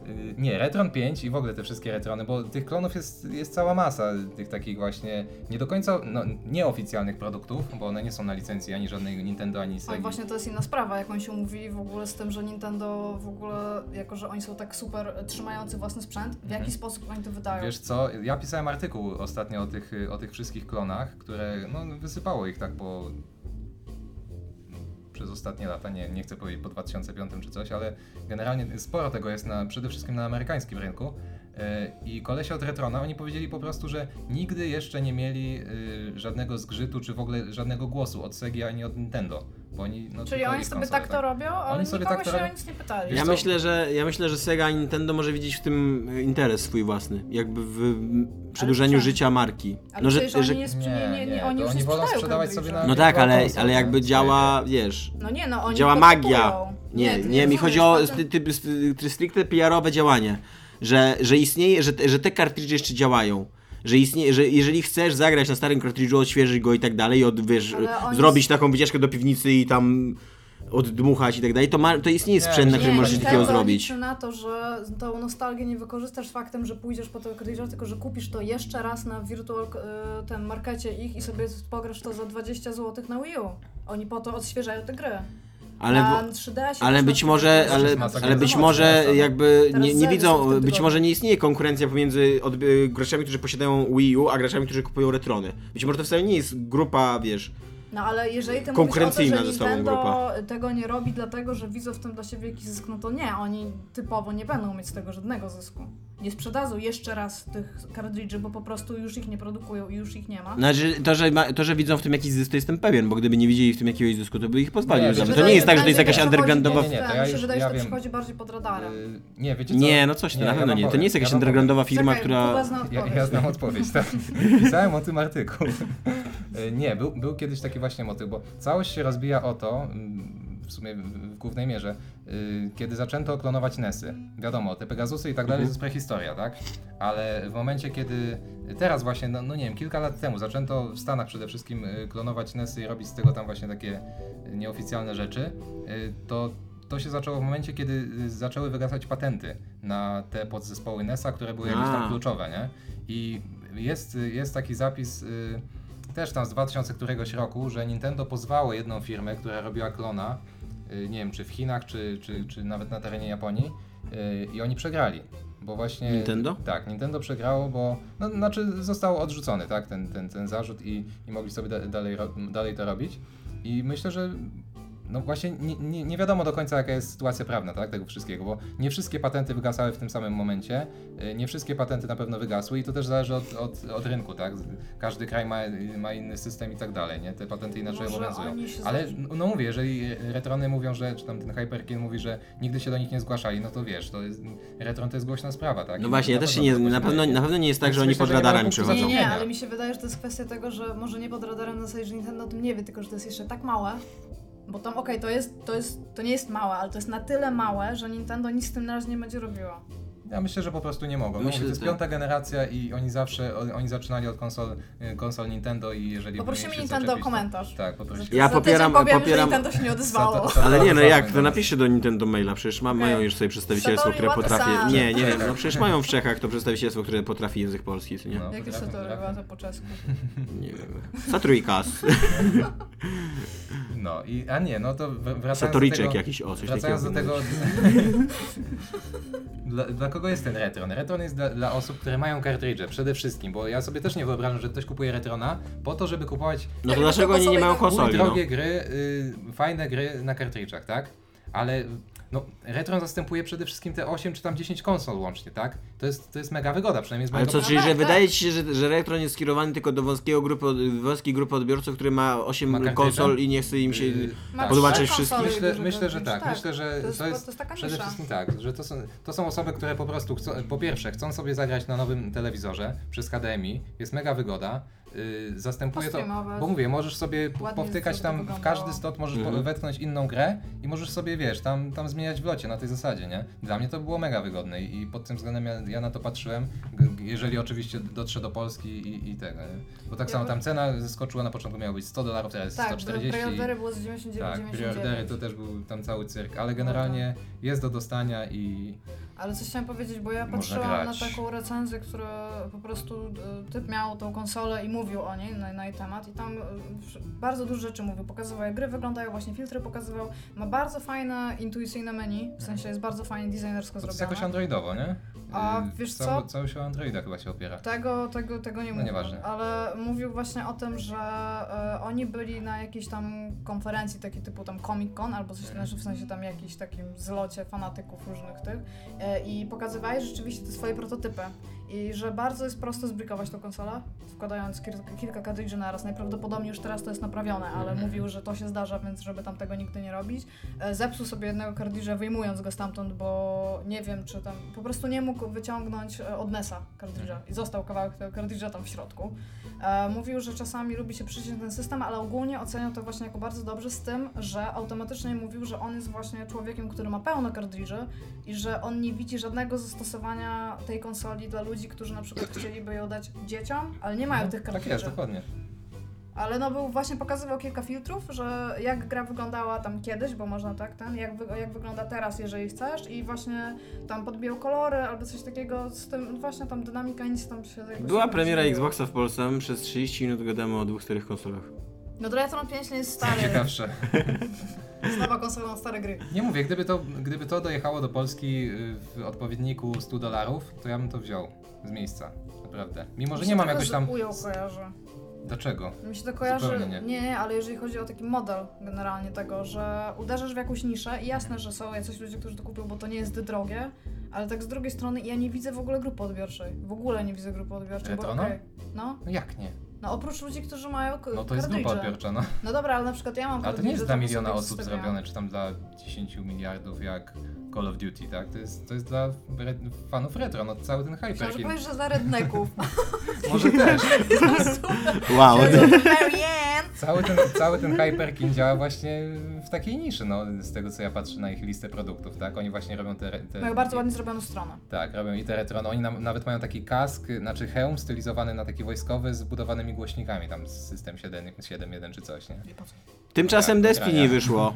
Yy, Nie, Retron 5 i w ogóle te wszystkie Retrony, bo tych klonów jest, jest cała masa, tych takich właśnie nie do końca, no nieoficjalnych produktów, bo one nie są na licencji ani żadnej Nintendo, ani
Ale
Sega.
właśnie to jest inna sprawa, jak oni się umówili w ogóle z tym, że Nintendo w ogóle, jako że oni są tak super e, trzymający własny sprzęt, w jaki sposób oni to wydają?
Mhm. Wiesz co, ja pisałem artykuł ostatnio o tych, y, o tych wszystkich klonach, które no, wysypało ich tak po... przez ostatnie lata, nie, nie chcę powiedzieć po 2005 czy coś, ale generalnie sporo tego jest na, przede wszystkim na amerykańskim rynku. Y, I kolesie od Retrona, oni powiedzieli po prostu, że nigdy jeszcze nie mieli y, żadnego zgrzytu, czy w ogóle żadnego głosu od Sega ani od Nintendo. Bo oni, no,
Czyli
tylko
oni
ich
sobie
konsole,
tak to robią, ale
Oni sobie
nikogo
tak to
się
robią.
o nic nie pytali.
Ja
co?
myślę, że, ja myślę, że Sega i Nintendo może widzieć w tym y, interes swój własny, jakby w mm, przedłużeniu
czemu?
życia marki.
Ale
No, że,
przecież
że,
oni, nie, sprze- nie, nie, nie, oni
to
już
oni
nie
wolą
sprzedają
sprzedawać sobie
kartridża.
na-
no tak, ale,
Microsoft,
ale jakby
tak,
działa, wiesz,
No nie, no oni
działa
to
magia.
kupują. znaczy-
Nie, nie,
ty
mi
rozumiesz,
chodzi o
potem-
ty, ty, ty, ty stricte PR-owe działanie, że, że istnieje, że, te- że te kartridże jeszcze działają. Że, istnieje, że jeżeli chcesz zagrać na starym kartridżu, odświeżyć go i tak dalej, i od, wiesz,
Ale oni
zrobić
s-
taką wycieczkę do piwnicy i tam oddmuchać i tak dalej, to, ma, to istnieje
Nie,
sprzęt, na
nie,
którym możesz coś
Nintendo
takiego zrobić.
liczy tak, na to, że tą nostalgię nie wykorzystasz faktem, że pójdziesz po tego kartridża, tylko że kupisz to jeszcze raz na virtual y, ten markecie ich i sobie pograsz to za 20 zł na Wii U. Oni po to odświeżają te gry.
Ale,
na
w-
3DS
ale być może, ale,
jest masa
ale
gier
być
za
może
mocno,
jakby
tak. Teraz
nie, nie
Zelda są w
widzą,
tym
być
tygodniu.
może nie istnieje konkurencja pomiędzy od, y, graczami, którzy posiadają Wii U, a graczami, którzy kupują retrony. Być może to wcale nie jest grupa, wiesz,
No ale jeżeli ty mówisz o to,
Konkurencyjna
że
ze sobą
Nintendo
grupa.
tego nie robi dlatego, że widzą w tym dla siebie jakiś zysk, no to nie, oni typowo nie będą mieć z tego żadnego zysku. Nie sprzedadzą jeszcze raz tych kartridży, bo po prostu już ich nie produkują i już ich nie ma.
Znaczy, to że, ma, to, że widzą w tym jakiś zysk, to jestem pewien, bo gdyby nie widzieli w tym jakiegoś zysku, to by ich pozwalił.
Nie,
za to.
żeby
to nie
to
jest tak, że to jest
będzie
jakaś
przechodzi
undergroundowa...
pod
Nie, nie, to
ten,
ja
Mi się
już-
wydaje,
ja
że to
wiem.
przychodzi bardziej pod radarem.
Y, Nie, wiecie co?
Nie, no coś, to
Nie,
na
ja
pewno
wam
nie. To
powiem,
nie jest jakaś
ja wam powiem.
undergroundowa firma,
Czekaj, no
która...
Kuba zna
Ja,
odpowiedź.
ja znam odpowiedź, tak. Pisałem o tym artykuł. E, Nie, był, był kiedyś taki właśnie motyw, bo całość się rozbija o to, mm, w sumie w- w głównej mierze, y, kiedy zaczęto klonować Nesy. Wiadomo, te Pegasusy i tak dalej to jest prehistoria, tak? Ale w momencie, kiedy teraz właśnie, no, no nie wiem, kilka lat temu zaczęto w Stanach przede wszystkim y, klonować Nesy i robić z tego tam właśnie takie y, nieoficjalne rzeczy, y, to to się zaczęło w momencie, kiedy y, zaczęły wygasać patenty na te podzespoły NESA, które były jakieś
A.
tam kluczowe, nie? I jest, jest taki zapis y, też tam z 2000 któregoś roku, że Nintendo pozwało jedną firmę, która robiła klona, y, nie wiem, czy w Chinach, czy, czy, czy nawet na terenie Japonii y, i oni przegrali. Bo właśnie...
Nintendo?
Tak, Nintendo przegrało, bo... No, znaczy został odrzucony, tak, ten, ten, ten zarzut i, i mogli sobie da, dalej, ro- dalej to robić. I myślę, że no właśnie nie, nie, nie wiadomo do końca jaka jest sytuacja prawna tak, tego wszystkiego, bo nie wszystkie patenty wygasały w tym samym momencie, y, nie wszystkie patenty na pewno wygasły i to też zależy od, od, od rynku, tak? Każdy kraj ma, ma inny system i tak dalej, nie? Te patenty inaczej
Może
obowiązują.
oni się
Ale
zgadzają.
no, no mówię, jeżeli retrony mówią, że, czy tam ten Hyperkin mówi, że nigdy się do nich nie zgłaszali, no to wiesz, to jest, retron to jest głośna sprawa, tak?
No
I
właśnie, ja też się nie,
pewno to
na pewno,
zgłosimy.
na pewno nie jest tak,
Więc
że oni
myślę,
pod
że nie ma
radarem
punktu
przechodzą.
Nie, nie,
Zapomnienia.
ale mi się wydaje, że to jest kwestia tego, że może nie pod radarem na zasadzie, że Nintendo o tym nie wie, tylko że to jest jeszcze tak małe. Bo tam, okej, to jest, to jest, to nie jest małe, ale to jest na tyle małe, że Nintendo nic z tym na razie nie będzie robiło.
Ja myślę, że po prostu nie mogą. No
Myślę,
mówię, to
że
jest
tak.
piąta generacja i oni zawsze, o- oni zaczynali od konsol, y, konsol Nintendo i jeżeli...
Poprosimy
powinien się
Nintendo
zaczepić,
o komentarz.
To, tak, poprosimy.
Ja
Za
popieram-
tydzień powiem,
popieram-
że Nintendo się nie
[LAUGHS] Za
odezwało.
to- za
Ale nie, no
to
jak, to
ważne.
napiszcie do Nintendo maila, przecież ma, mają już sobie przedstawicielstwo, które
Satori
potrafi...
Watasa.
Nie, nie wiem, no przecież mają w Czechach to przedstawicielstwo, które potrafi język polski, co nie?
No,
Jak jeszcze to
potrafię,
robiła to po czesku?
Tak.
Nie wiem. No Saturikas.
potrafię. No i, a nie, no to wr- wracając do
Satoriczek
tego,
jakiś, o, coś takiego.
Wracając do
[LAUGHS]
tego... Dla, dla kogo jest ten Retron? Retron jest dla, dla osób, które mają kartridże przede wszystkim, bo ja sobie też nie wyobrażam, że ktoś kupuje Retrona po to, żeby kupować
No to dlaczego oni nie mają
Były
konsoli, no?
drogie gry, y, fajne gry na kartridżach, tak? Ale no, Retron zastępuje przede wszystkim te 8 czy tam 10 konsol łącznie, tak? To jest, to jest mega wygoda, przynajmniej z
Ale
mojego
co,
punktu
czyli że
tak.
wydaje ci się, że, że Elektron jest skierowany tylko do wąskiego grupy, wąskiej grupy odbiorców, który ma
Ma
8
kartridża?
konsol i nie chce im się...
Yy,
Ma
tak.
Podoba
trzy
ci się
konsole
wszystkim?
i
Myślę,
dużo
myślę, że
godzin.
tak. Myślę, że
To jest-
to jest,
to jest taka
przede
nisza.
wszystkim tak, że to są, to są osoby, które po prostu chcą, po pierwsze chcą sobie zagrać na nowym telewizorze przez HDMI, jest mega wygoda. Yy, zastępuje to,
Postreamować.
bo mówię, możesz sobie po-
Ładnie,
powtykać
żeby to
tam w
wyglądało.
każdy slot, możesz po-
Mhm.
wetknąć inną grę i możesz sobie, wiesz, tam, tam zmieniać w locie na tej zasadzie, nie? Dla mnie to było mega wygodne i i pod tym względem ja, ja na to patrzyłem, g- g- jeżeli oczywiście dotrze do Polski i, i tego, nie? bo tak
Ja
samo
bym-
tam cena zeskoczyła, na początku miała być 100 dolarów, teraz jest
Tak,
140.
preordery było z 99,99.
Tak, preordery to też był tam cały cyrk, ale generalnie jest do dostania i
Ale coś chciałam powiedzieć, bo ja
Można
patrzyłam na
grać.
taką recenzję, która po prostu y, typ miał tą konsolę i mówił o niej, na, na jej temat i tam y, wsz- bardzo dużo rzeczy mówił. Pokazywał jak gry wyglądają, właśnie filtry pokazywał. Ma bardzo fajne, intuicyjne menu, w sensie jest bardzo fajnie designersko
to jest
zrobione.
jakoś androidowo, nie?
A
Yy,
wiesz
cało-
co? Tak,
Cały się o Androida chyba się opiera.
Tego, tego, tego nie
No
mówił.
nieważne.
Ale mówił właśnie o tym, że e, oni byli na jakiejś tam konferencji takiej typu tam Comic Con albo coś, znaczy w sensie tam jakiś takim zlocie fanatyków różnych tych e, i pokazywali rzeczywiście te swoje prototypy. I że bardzo jest prosto zbrykować tą konsolę, wkładając kilka, kilka kartridży naraz. Najprawdopodobniej już teraz to jest naprawione, ale
Mhm.
mówił, że to się zdarza, więc żeby tam tego nigdy nie robić. E, Zepsuł sobie jednego kartridża, wyjmując go stamtąd, bo nie wiem, czy tam. Po prostu nie mógł wyciągnąć e, od NES-a kartridża
Mhm.
i został kawałek tego kartridża tam w środku. E, Mówił, że czasami lubi się przyciąć ten system, ale ogólnie oceniał to właśnie jako bardzo dobrze, z tym, że automatycznie mówił, że on jest właśnie człowiekiem, który ma pełno kartridży i że on nie widzi żadnego zastosowania tej konsoli dla ludzi, którzy na
[CLEARS THROAT]
przykład chcieliby ją dać dzieciom, ale nie mają
No,
tych
Tak
kartridży.
jest, dokładnie.
Ale no był właśnie pokazywał kilka filtrów, że jak gra wyglądała tam kiedyś, bo można tak ten, jak, wy, jak wygląda teraz, jeżeli chcesz i właśnie tam podbijał kolory albo coś takiego, z tym właśnie tam dynamika nic tam się jakoś
Była
nie
premiera
zmieniło.
Xboxa w Polsce, przez 30 minut gadamy o dwóch, czterech konsolach.
No Retron 5 nie jest stary,
Ciekawsze.
jest nowa konsola na stare gry.
Nie mówię, gdyby to, gdyby to dojechało do Polski yy, w odpowiedniku 100 dolarów, to ja bym to wziął z miejsca. Naprawdę. Mimo, że
Mi się
nie mam
tylko
jakoś
z
tam...
Ują kojarzy.
Dlaczego?
Mi się to kojarzy,
Zupełnie
nie.
nie.
nie, nie, ale jeżeli chodzi o taki model generalnie tego, że uderzasz w jakąś niszę i jasne, że są jacyś ludzie, którzy to kupią, bo to nie jest drogie, ale tak z drugiej strony ja nie widzę w ogóle grupy odbiorczej. W ogóle nie widzę grupy odbiorczej, bo
Retrona?
okej. No,
No jak nie?
no oprócz ludzi, którzy mają k-
No to jest grupa
kartridże.
odbiorcza, no.
No dobra, ale na przykład ja mam
Ale to nie jest
kartridże,
dla
tam
miliona
sobie
osób
zostawiam.
zrobione, czy tam dla 10 miliardów jak Call of Duty, tak? To jest, to jest dla re fanów retro, no cały ten
Myślałam, że
hyperkin.
powiesz, że dla redneków.
[LAUGHS]
[LAUGHS] No,
Może też.
Wow,
Marianne!
Cały ten, cały
[LAUGHS]
ten hyperkin działa właśnie w takiej niszy, no z tego co ja patrzę na ich listę produktów, tak? Oni właśnie robią te... re- te
Mają No bardzo ładnie zrobioną stronę.
Tak, robią i te retro, no oni nam, nawet mają taki kask, y, znaczy hełm stylizowany na taki wojskowy z budowanymi głośnikami, tam z system 7, 7.1 czy coś, nie?
Tymczasem
Dobra,
Destiny
grania.
wyszło.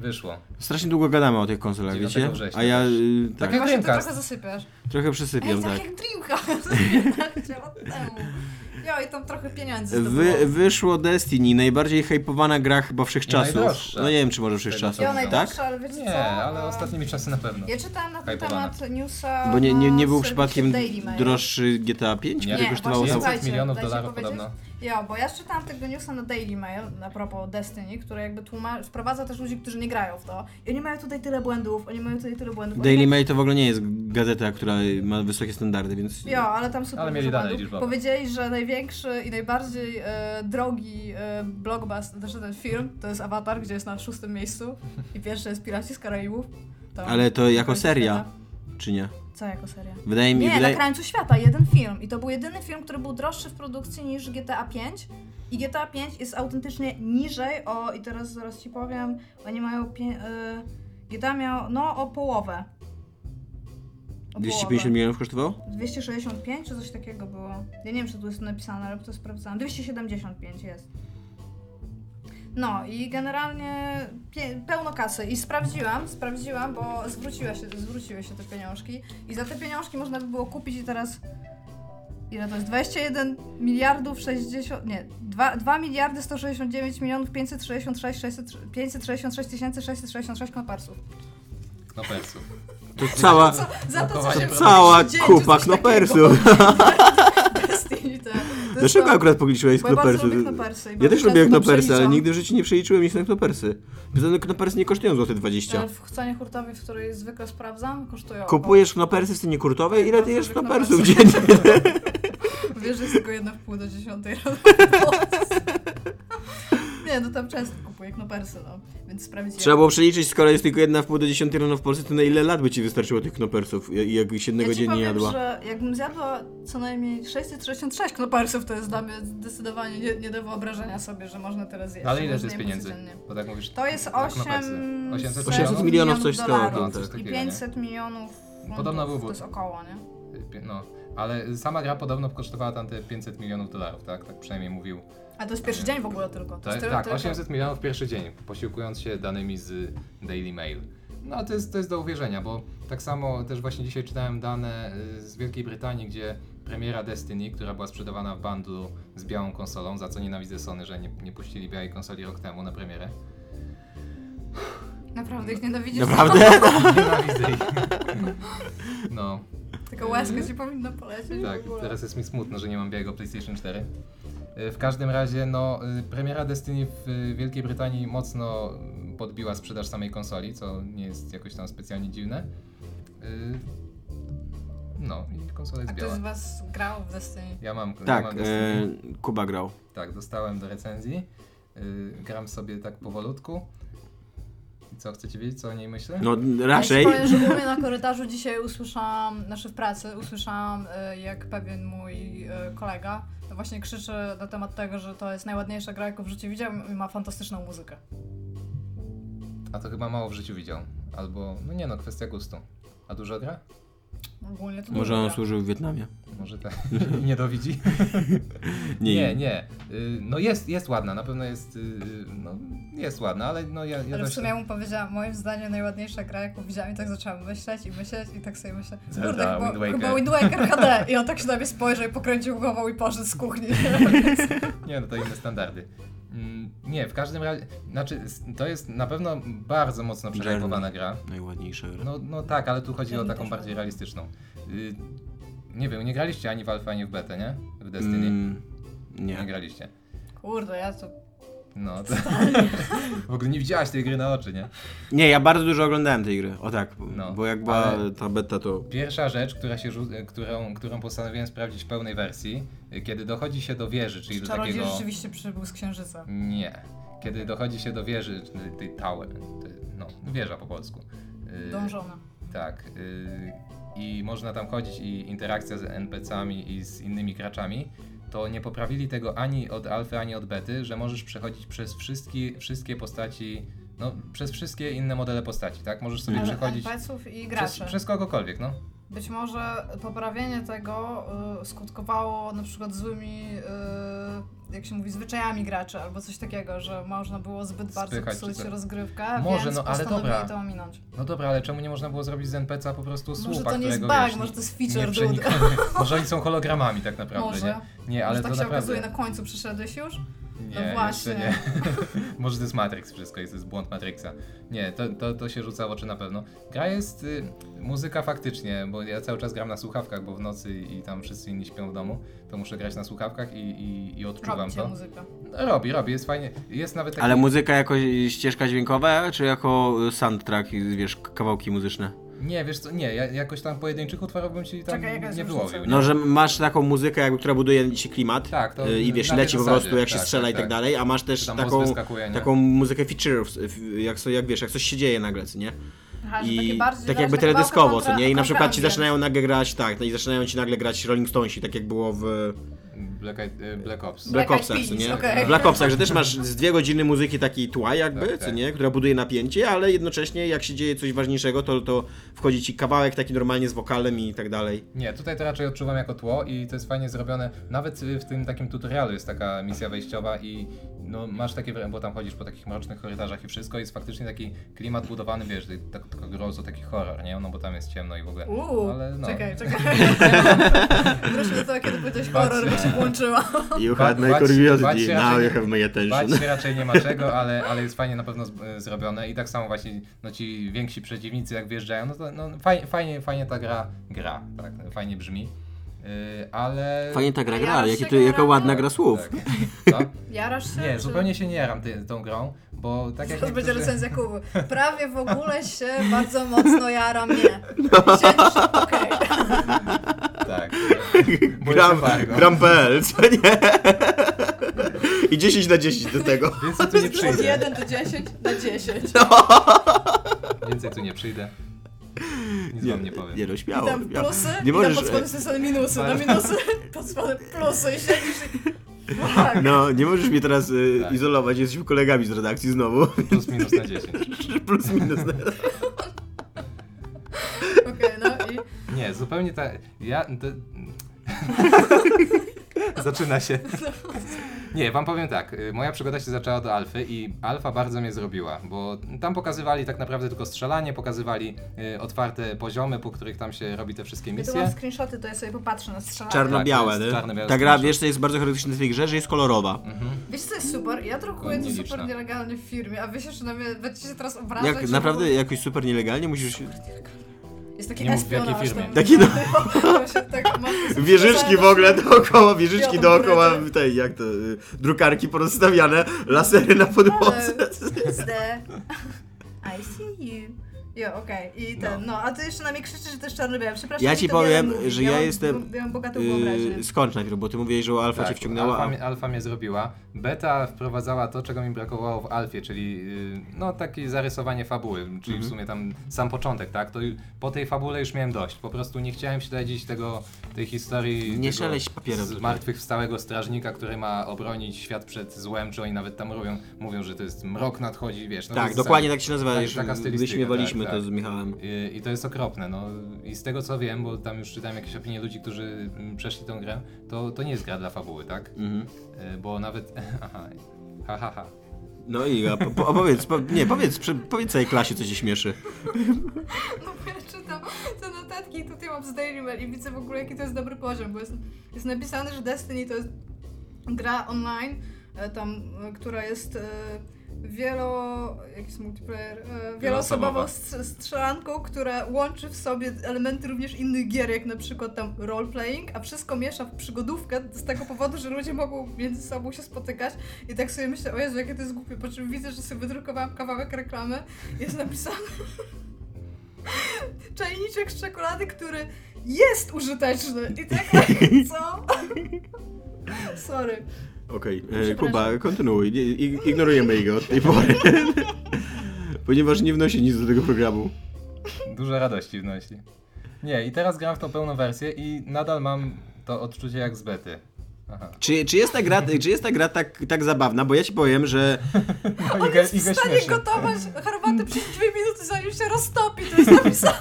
Wyszło.
Strasznie długo gadamy o tych konsolach,
9
wiecie?
no września
A ja
też.
y, tak,
Jak
Właśnie, ty
Dreamcast.
trochę zasypiasz.
trochę
Ej,
przysypiam,
tak
tak.
jak [LAUGHS] Dreamcast 15 lat temu. Jo, i tam trochę pieniędzy
Wy,
Wy...
wyszło Destiny, najbardziej hypowana gra chyba wszechczasów.
najdroższa.
No nie wiem, czy może wszechczasów,
Jo,
tak?
najdroższe, ale wiecie co?
Nie, ale
E,
ostatnimi czasy na pewno.
Ja czytałem na ten
Hypowana.
temat newsa
tak? Bo nie, nie,
na
nie był
serwisie
przypadkiem
Daily Mail.
droższy GTA 5,
Nie.
który
Nie,
kosztowało
właśnie
za...
słuchajcie,
milionów
dajcie
dolarów
powiedzieć.
podobno.
Ja, bo ja czytałam tego newsa na Daily Mail a propos Destiny, które jakby tłuma- wprowadza też ludzi, którzy nie grają w to. I oni mają tutaj tyle błędów, oni mają tutaj tyle błędów. oni
Daily
mają-
Mail to w ogóle nie jest gazeta, która ma wysokie standardy, więc...
Ja, ale tam super
Ale mieli
dużo
dane
błędów.
liczbowe.
Powiedzieli, że największy i najbardziej e, drogi e, blockbuster, znaczy ten film, to jest Avatar, gdzie jest na szóstym miejscu i pierwszy jest Piraci z Karaibów. To-
Ale to jako
końcu
seria,
świata.
czy nie?
Co jako seria?
Wydaje mi...
Nie,
wydaje...
na krańcu świata, jeden film. I to był jedyny film, który był droższy w produkcji niż GTA V. I GTA V jest autentycznie niżej o, i teraz zaraz ci powiem, oni mają, pie, y, GTA miał, no o połowę. O
250 milionów kosztowało?
połowę. 265 czy coś takiego było? Ja nie wiem, czy tu jest napisane, ale to sprawdzałam. 275 jest. No i generalnie pie- pełno kasy. I sprawdziłam, sprawdziłam, bo zwróciła się, zwróciły się te pieniążki. I za te pieniążki można by było kupić i teraz... Ile to jest? 21 miliardów 60... Nie, 2, 2 miliardy 169 milionów 566 600, 566 tysięcy 666 knopersów.
Knopersów.
To cała...
Za to, co się
Pakowanie
w
Cała
dzień czy
kupa
coś takiego. [LAUGHS]
knopersów.
Destiny, tak. To jest
Dlaczego
to.
akurat pogliczyłeś
Bo ja bardzo
knopersy?
lubię knopersy i
Ja też
bardzo
lubię
często
knopersy, ale
przeliczam.
nigdy w życiu nie przeliczyłem nic na knopersy. Poza tym knopersy nie kosztują złoty 20.
Ale E, w hucanie hurtowej, w której zwykle sprawdzam, kosztują. około-
Kupujesz knopersy w cenie kurtowej? Ile ty
Knopersy,
jesz
knopersy. [LAUGHS]
knopersów dziennie?
Wiesz, że jest tylko jedna w pół do dziesiątej rano. [LAUGHS] Nie, no tam często kupuję knopersy, no. Więc sprawdziłem.
Trzeba było przeliczyć, skoro jest tylko jedna w pół do dziesiątej rano w Polsce, to na ile lat by ci wystarczyło tych knopersów, jak- jakbyś jednego
ja ci
dziennie
powiem,
jadła?
że jakbym zjadła co najmniej 666 knopersów, to jest dla mnie zdecydowanie nie, nie do wyobrażenia sobie, że można tyle zjeść.
Ale ile
Można
to jest
je
pieniędzy?
codziennie.
Bo tak mówisz,
To jest
na knopersy.
8...
800
800 milionów?
milionów coś
dolarów.
koło, tak,
No, coś
I
takiego, nie?
500 milionów funtów,
Podobno był
to
but.
jest około, nie?
No, ale sama gra podobno kosztowała tam te 500 milionów dolarów, tak? Tak przynajmniej mówił.
A to jest pierwszy dzień w ogóle tylko. To
Tak,
jest tylko,
tak
tylko...
800 milionów w pierwszy dzień, posiłkując się danymi z Daily Mail. No to jest, to jest do uwierzenia, bo tak samo też właśnie dzisiaj czytałem dane y, z Wielkiej Brytanii, gdzie premiera Destiny, która była sprzedawana w bundlu z białą konsolą, za co nienawidzę Sony, że nie, nie puścili białej konsoli rok temu na premierę.
Naprawdę ich nienawidzisz? [LAUGHS]
Naprawdę?
Nienawidzę ich. [LAUGHS] No,
Tylko łezka ci powinna polecieć
Tak,
w ogóle.
teraz jest mi smutno, że nie mam białego PlayStation 4. Y, W każdym razie, no, y, premiera Destiny w y, Wielkiej Brytanii mocno y, podbiła sprzedaż samej konsoli, co nie jest jakoś tam specjalnie dziwne. Y, No, i konsola
A
jest
ktoś
biała.
z was grał w Destiny?
Ja mam, ja
Tak,
mam Destiny.
e, Kuba grał.
Tak, dostałem do recenzji. Y, Gram sobie tak powolutku. I co, chcecie wiedzieć, co o niej myślę?
No raczej.
Ja ci powiem, że u mnie na korytarzu dzisiaj usłyszałam, znaczy w pracy usłyszałam, y, jak pewien mój y, kolega właśnie krzyczy na temat tego, że to jest najładniejsza gra, jaką w życiu widziałem i ma fantastyczną muzykę.
A to chyba mało w życiu widział. Albo, no nie no, kwestia gustu. A dużo gra?
Ogólnie to
Może
duża
on
gra.
służył w Wietnamie. [LAUGHS]
Może tak. nie dowidzi?
Nie,
Nie, nie. Y, No jest, jest ładna, na pewno jest, y, no, jest ładna, ale no ja, ja
Ale w
dość-
sumie ja mu powiedziałam, moim zdaniem najładniejsza gra, jaką widziałam i tak zaczęłam myśleć i myśleć i tak sobie myślę,
Zelda,
kurde, chyba-
Wind Waker.
chyba Wind Waker HD i on tak się na mnie spojrzał i pokręcił głową i poszedł z
[LAUGHS]
kuchni.
Nie, no to inne standardy. Mm, Nie, w każdym razie, znaczy s- to jest na pewno bardzo mocno przereagowana gra.
Najładniejsza gra.
No, no tak, ale tu chodzi o
Journey
taką
też
bardziej
ładna.
realistyczną. Y, Nie wiem, nie graliście ani w Alpha, ani w Betę, nie? W Destiny.
Mm,
Nie
nie.
graliście.
Kurde, ja to
No to... [LAUGHS] w ogóle nie widziałaś tej gry na oczy, nie?
Nie, ja bardzo dużo oglądałem tej gry. O tak,
No,
bo jak była
ale-
ta beta, to
Pierwsza rzecz, która się, rzu- którą, którą postanowiłem sprawdzić w pełnej wersji, y, kiedy dochodzi się do wieży, czyli do
Czarodziej
takiego...
rzeczywiście przybył z księżyca.
Nie. Kiedy dochodzi się do wieży, tej- tej tower, tej- no, wieża po polsku. Yy,
Dążona.
Tak. Yy, I można tam chodzić i interakcja z NPC-ami i z innymi graczami, to nie poprawili tego ani od alfy, ani od bety, że możesz przechodzić przez wszystkie, wszystkie postaci, no, przez wszystkie inne modele postaci, tak? Możesz sobie
Ale
przechodzić
NPC-ów i
przez,
graczy.
przez kogokolwiek, no.
Być może poprawienie tego y, skutkowało na przykład złymi, y, jak się mówi, zwyczajami graczy albo coś takiego, że można było zbyt bardzo
Spychać czy
psuć
co?
rozgrywkę,
Może,
więc
no, ale
postanowili
dobra.
to ominąć.
No dobra, ale czemu nie można było zrobić z NPC-a po prostu słupa,
Może to nie jest
którego,
bug,
wiesz,
może to jest
nie
feature, dude.
[LAUGHS] przenikamy. Może oni są hologramami tak naprawdę,
Może.
nie? Nie, ale
Może tak
to
się
naprawdę...
okazuje, na końcu przyszedłeś już,
Nie,
właśnie. [LAUGHS]
jeszcze nie. [LAUGHS] Może to jest Matrix wszystko, jest- to jest błąd Matrixa. Nie, to, to, to się rzuca w oczy na pewno. Gra jest... Y, muzyka faktycznie, bo ja cały czas gram na słuchawkach, bo w nocy i tam wszyscy inni śpią w domu, to muszę grać na słuchawkach i, i, i odczuwam
Robi cię
to.
muzyka.
No, robi, robi, jest fajnie. Jest nawet taki...
Ale muzyka jako ścieżka dźwiękowa, czy jako soundtrack, wiesz, kawałki muzyczne?
Nie, wiesz co, nie, ja jakoś tam pojedynczych utworów bym ci tam
Czekaj, jaka jest
nie
różnica?
wyłowił. nie?
No, że masz taką muzykę, jakby, która buduje ci klimat
Tak, to
y, i wiesz,
na tej
leci po
zasadzie,
prostu, jak się
tak,
strzela
tak,
i tak
tak.
dalej, a masz też
Tam boss
taką,
wyskakuje, nie?
taką muzykę featureów, y, jak, so- jak wiesz, jak coś się dzieje nagle, co nie?
Aha, że takie
I
bardziej
tak
dać
jakby
na kawałka
teledyskowo, co
kontra-
nie? I na
kontra
przykład ci
ambient.
zaczynają nagle grać, tak, no i zaczynają ci nagle grać Rolling Stonesi, tak jak było w...
Black, Eyed- y, Black Ops.
Black
Black
Opsach,
Eyed
co
Peas,
nie?
okej.
W Black Opsach, że też masz z dwie godziny muzyki takiej tła jakby,
Tak,
co
tak.
nie? Która buduje napięcie, ale jednocześnie jak się dzieje coś ważniejszego, to, to wchodzi ci kawałek taki normalnie z wokalem i tak dalej.
Nie, tutaj to raczej odczuwam jako tło i to jest fajnie zrobione. Nawet y, w tym takim tutorialu jest taka misja wejściowa i no, masz takie, wra- bo tam chodzisz po takich mrocznych korytarzach i wszystko jest faktycznie taki klimat budowany, wiesz, ty- tak, taka grozo, taki horror, nie? No bo tam jest ciemno i w ogóle.
Uuu,
Ale no.
czekaj, czekaj.
[LAUGHS]
Wróćmy do tego, kiedy powiedziałeś horror, bo się włączyła.
You
Ba- had my bać- curiosity, bać się now raczej you nie- have
my
Bać się raczej nie ma czego, ale, ale jest fajnie na pewno z, y, zrobione i tak samo właśnie no, ci więksi przeciwnicy jak wjeżdżają, no to no, faj, fajnie, fajnie ta gra gra, tak, fajnie brzmi, y, ale...
Fajnie ta Tak, gra
Ja
gra, ale jaki
się
to, jaka
grałam-
ładna gra słów.
Tak. Co?
Jarasz się?
Nie,
czy-
zupełnie się nie jaram ty, tą grą, bo tak jak
To będzie
niektórzy-
recenzja Kuby. Prawie w ogóle
[LAUGHS]
się bardzo mocno jara mnie.
No.
Siedzisz, okej.
Tak. Bo
Gram,
jest embargo.
gram.pl, co nie? I 10 na 10 do tego.
Więcej [LAUGHS] tu nie
Od
przyjdę.
1 do 10 do 10.
Więcej tu nie przyjdę. Nic wam nie powiem.
nie no,
I
śmiało.
tam
śmiało.
plusy,
Nie
nie
możesz, e,
i tam pod spodem są minusy, na minusy [LAUGHS] pod spodem plusy i siedzisz i...
[LAUGHS]
Tak.
No, nie możesz mnie teraz y,
Tak.
izolować, jesteśmy kolegami z redakcji znowu. [LAUGHS]
Plus minus na 10.
Plus minus.
Tak,
Okej, no i...
Nie, zupełnie tak. Ja. To... [LAUGHS] Zaczyna się. Nie, wam powiem tak. y, Moja przygoda się zaczęła do Alfy i Alfa bardzo mnie zrobiła, bo tam pokazywali tak naprawdę tylko strzelanie, pokazywali y, otwarte poziomy, po których tam się robi te wszystkie
Ja tu
misje.
mam screenshoty, to ja sobie popatrzę na strzelanie.
Czarno-białe,
to
nie?
jest czarno-białe
Ta gra,
smash.
wiesz, co jest bardzo charakterystyczne w tej grze, że jest kolorowa.
Mhm.
Wiesz co jest super? Ja drukuję to
Nieliczna.
super nielegalnie w firmie, a wy się, że na mnie będziecie się teraz obrażać.
Jak
że-
naprawdę jakoś super nielegalnie musisz...
Jest taki
Nie mów, w jakiej
espionaż
firmie.
tam.
Taki no...
[LAUGHS] To się tak ma-
[LAUGHS] Wieżyczki w
[LAUGHS]
ogóle dookoła, wieżyczki
Biorą
dookoła
bryty.
tej, jak to, y, drukarki porozstawiane, lasery na podłodze.
It's there. I see you. Jo, okej. I ten, no. a ty jeszcze na mnie krzyczysz, że to jest czarno-białe. Przepraszam.
Ja
mi
ci
to wiele
powiem,
mówi.
że
ja
ja
mam-
jestem,
Ja mam bogatą wyobraźnię.
Yy, skończ najpierw, bo ty mówiłeś, że Alfa cię
Tak,
wciągnęła.
Alfa, mi- alfa mnie zrobiła. Beta wprowadzała to, czego mi brakowało w alfie, czyli yy, no takie zarysowanie fabuły, czyli
Mhm.
w sumie tam sam początek, tak? To ju- po tej fabule już miałem dość. Po prostu nie chciałem śledzić tego, tej historii
Nie
tego
szeleść papierem
z
tutaj.
martwych wstałego strażnika, który ma obronić świat przed złem, czy oni nawet tam mówią, mówią że to jest mrok nadchodzi, wiesz. No to
tak,
jest
dokładnie
sam-
tak się nazywa,
tak-
już
taka stylistyka,
wyśmiewaliśmy
tak,
to
tak.
z Michałem.
I- I to jest okropne, no. I z tego co wiem, bo tam już czytałem jakieś opinie ludzi, którzy mm, przeszli tą grę, to, to nie jest gra dla fabuły, tak?
Mhm.
Y, Bo nawet. [LAUGHS] Aha. Ha, ha, ha.
No i a, po, po, opowiedz, po, nie, powiedz, prze, powiedz całej klasie, co cię śmieszy.
No bo ja czytam te notatki i tutaj mam z Daily Mail i widzę w ogóle jaki to jest dobry poziom, bo jest, jest napisane, że Destiny to jest gra online, e, tam, e, która jest e, wielo... jaki jest multiplayer? E, wieloosobową
Wieloosobowa.
str- strzelanką, która łączy w sobie elementy również innych gier, jak na przykład tam roleplaying, a wszystko miesza w przygodówkę z tego powodu, że ludzie mogą między sobą się spotykać i tak sobie myślę, o Jezu, jakie to jest głupie, po czym widzę, że sobie wydrukowałam kawałek reklamy, jest napisane [LAUGHS] czajniczek z czekolady, który jest użyteczny. I tak, co? Sorry.
Okej, e,
Przepraszam.
Kuba, kontynuuj, nie, ig- ignorujemy jego od tej pory. [LAUGHS] Ponieważ nie wnosi nic do tego programu.
Dużo radości wnosi. Nie, i teraz gram w tą pełną wersję i nadal mam to odczucie jak z bety. Aha.
Czy, czy jest ta gra, czy jest ta gra tak, tak zabawna? Bo ja ci powiem, że
[LAUGHS]
No,
On jest w stanie
[LAUGHS]
gotować herbatę przez dwie minuty, zanim się roztopi. To jest
[LAUGHS]
napisane.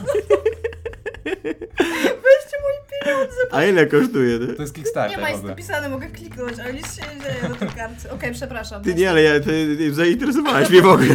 Weźcie mój pieniądze.
a ile kosztuje? nie?
To jest
Nie
Tak,
Kickstarter
ma,
w
jest
ogóle.
napisane, mogę kliknąć, ale nic się nie dzieje na tej kartce. Okej, przepraszam.
Ty nie, ale ja, ty, ty zainteresowałeś mnie w ogóle.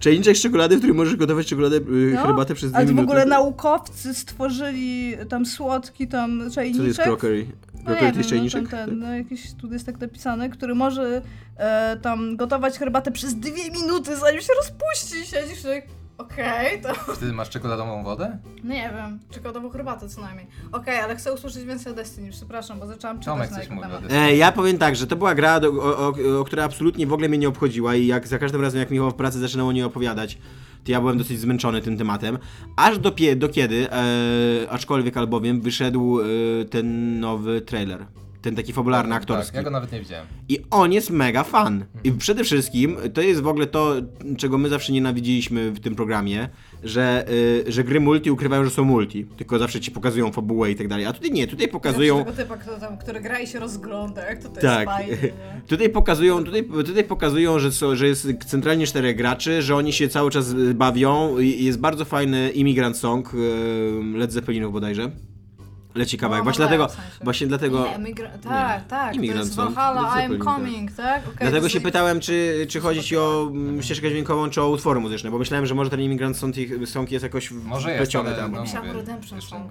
Czajniczek z czekolady, w którym możesz gotować czekoladę, y, herbatę przez dwie
No, Ale to w
minuty.
ogóle naukowcy stworzyli tam słodki tam
Co to jest
czajniczek.
crockery?
No nie
Gotowy
wiem,
jeszcze
no,
niż
ten, ten, no jakiś tu jest tak napisany, który może e, tam gotować herbatę przez dwie minuty, zanim się rozpuści. Siedzisz tak, okej, to...
Wtedy masz czekoladową wodę? Tak,
No nie wiem, czekoladową herbatę co najmniej. Okej, ale chcę usłyszeć więcej o Destiny, przepraszam, bo zaczęłam czytać
Tomek
na
coś
jego
mówi o
temat.
Destiny.
E, ja powiem tak, że to była gra, do, o, o, o, która absolutnie w ogóle mnie nie obchodziła i jak za każdym razem jak Michał w pracy zaczynał o niej opowiadać, to ja byłem dosyć zmęczony tym tematem. Aż do, pie, do kiedy, e, aczkolwiek albowiem, wyszedł e, ten nowy trailer. Ten taki fabularny, aktorski.
Tak, ja go nawet nie widziałem.
I on jest mega fan. I przede wszystkim to jest w ogóle to, czego my zawsze nienawidziliśmy w tym programie, że, y, że gry multi ukrywają, że są multi. Tylko zawsze ci pokazują fabułę i tak dalej. A tutaj nie, tutaj pokazują.
Tego typa, kto tam, który gra i się rozgląda, jak to, to
Tak.
jest fajnie,
[LAUGHS]
nie?
Tutaj pokazują, tutaj, tutaj pokazują że, są, że jest centralnie czterech graczy, że oni się cały czas y, bawią. I- i Jest bardzo fajny Immigrant Song, y, Led Zeppelinów bodajże. Leci kawałek.
No,
właśnie
no tak,
dlatego,
w sensie.
właśnie dlatego,
Nie, emigra- tak, tak, to
Imigrant
jest
są.
Valhalla, I
Zeppelin,
am
tak.
coming, tak? Okej, to
Dlatego się
jest-
pytałem, czy, czy chodzi ci o mm, ścieżkę dźwiękową, czy o utwory muzyczne, bo myślałem, że może ten Immigrant Song, ich- song jest jakoś w-
Może jest,
wpleciony
ale
tam. E,
no.
Myślałam
mówię,
Redemption
jeszcze-
Song.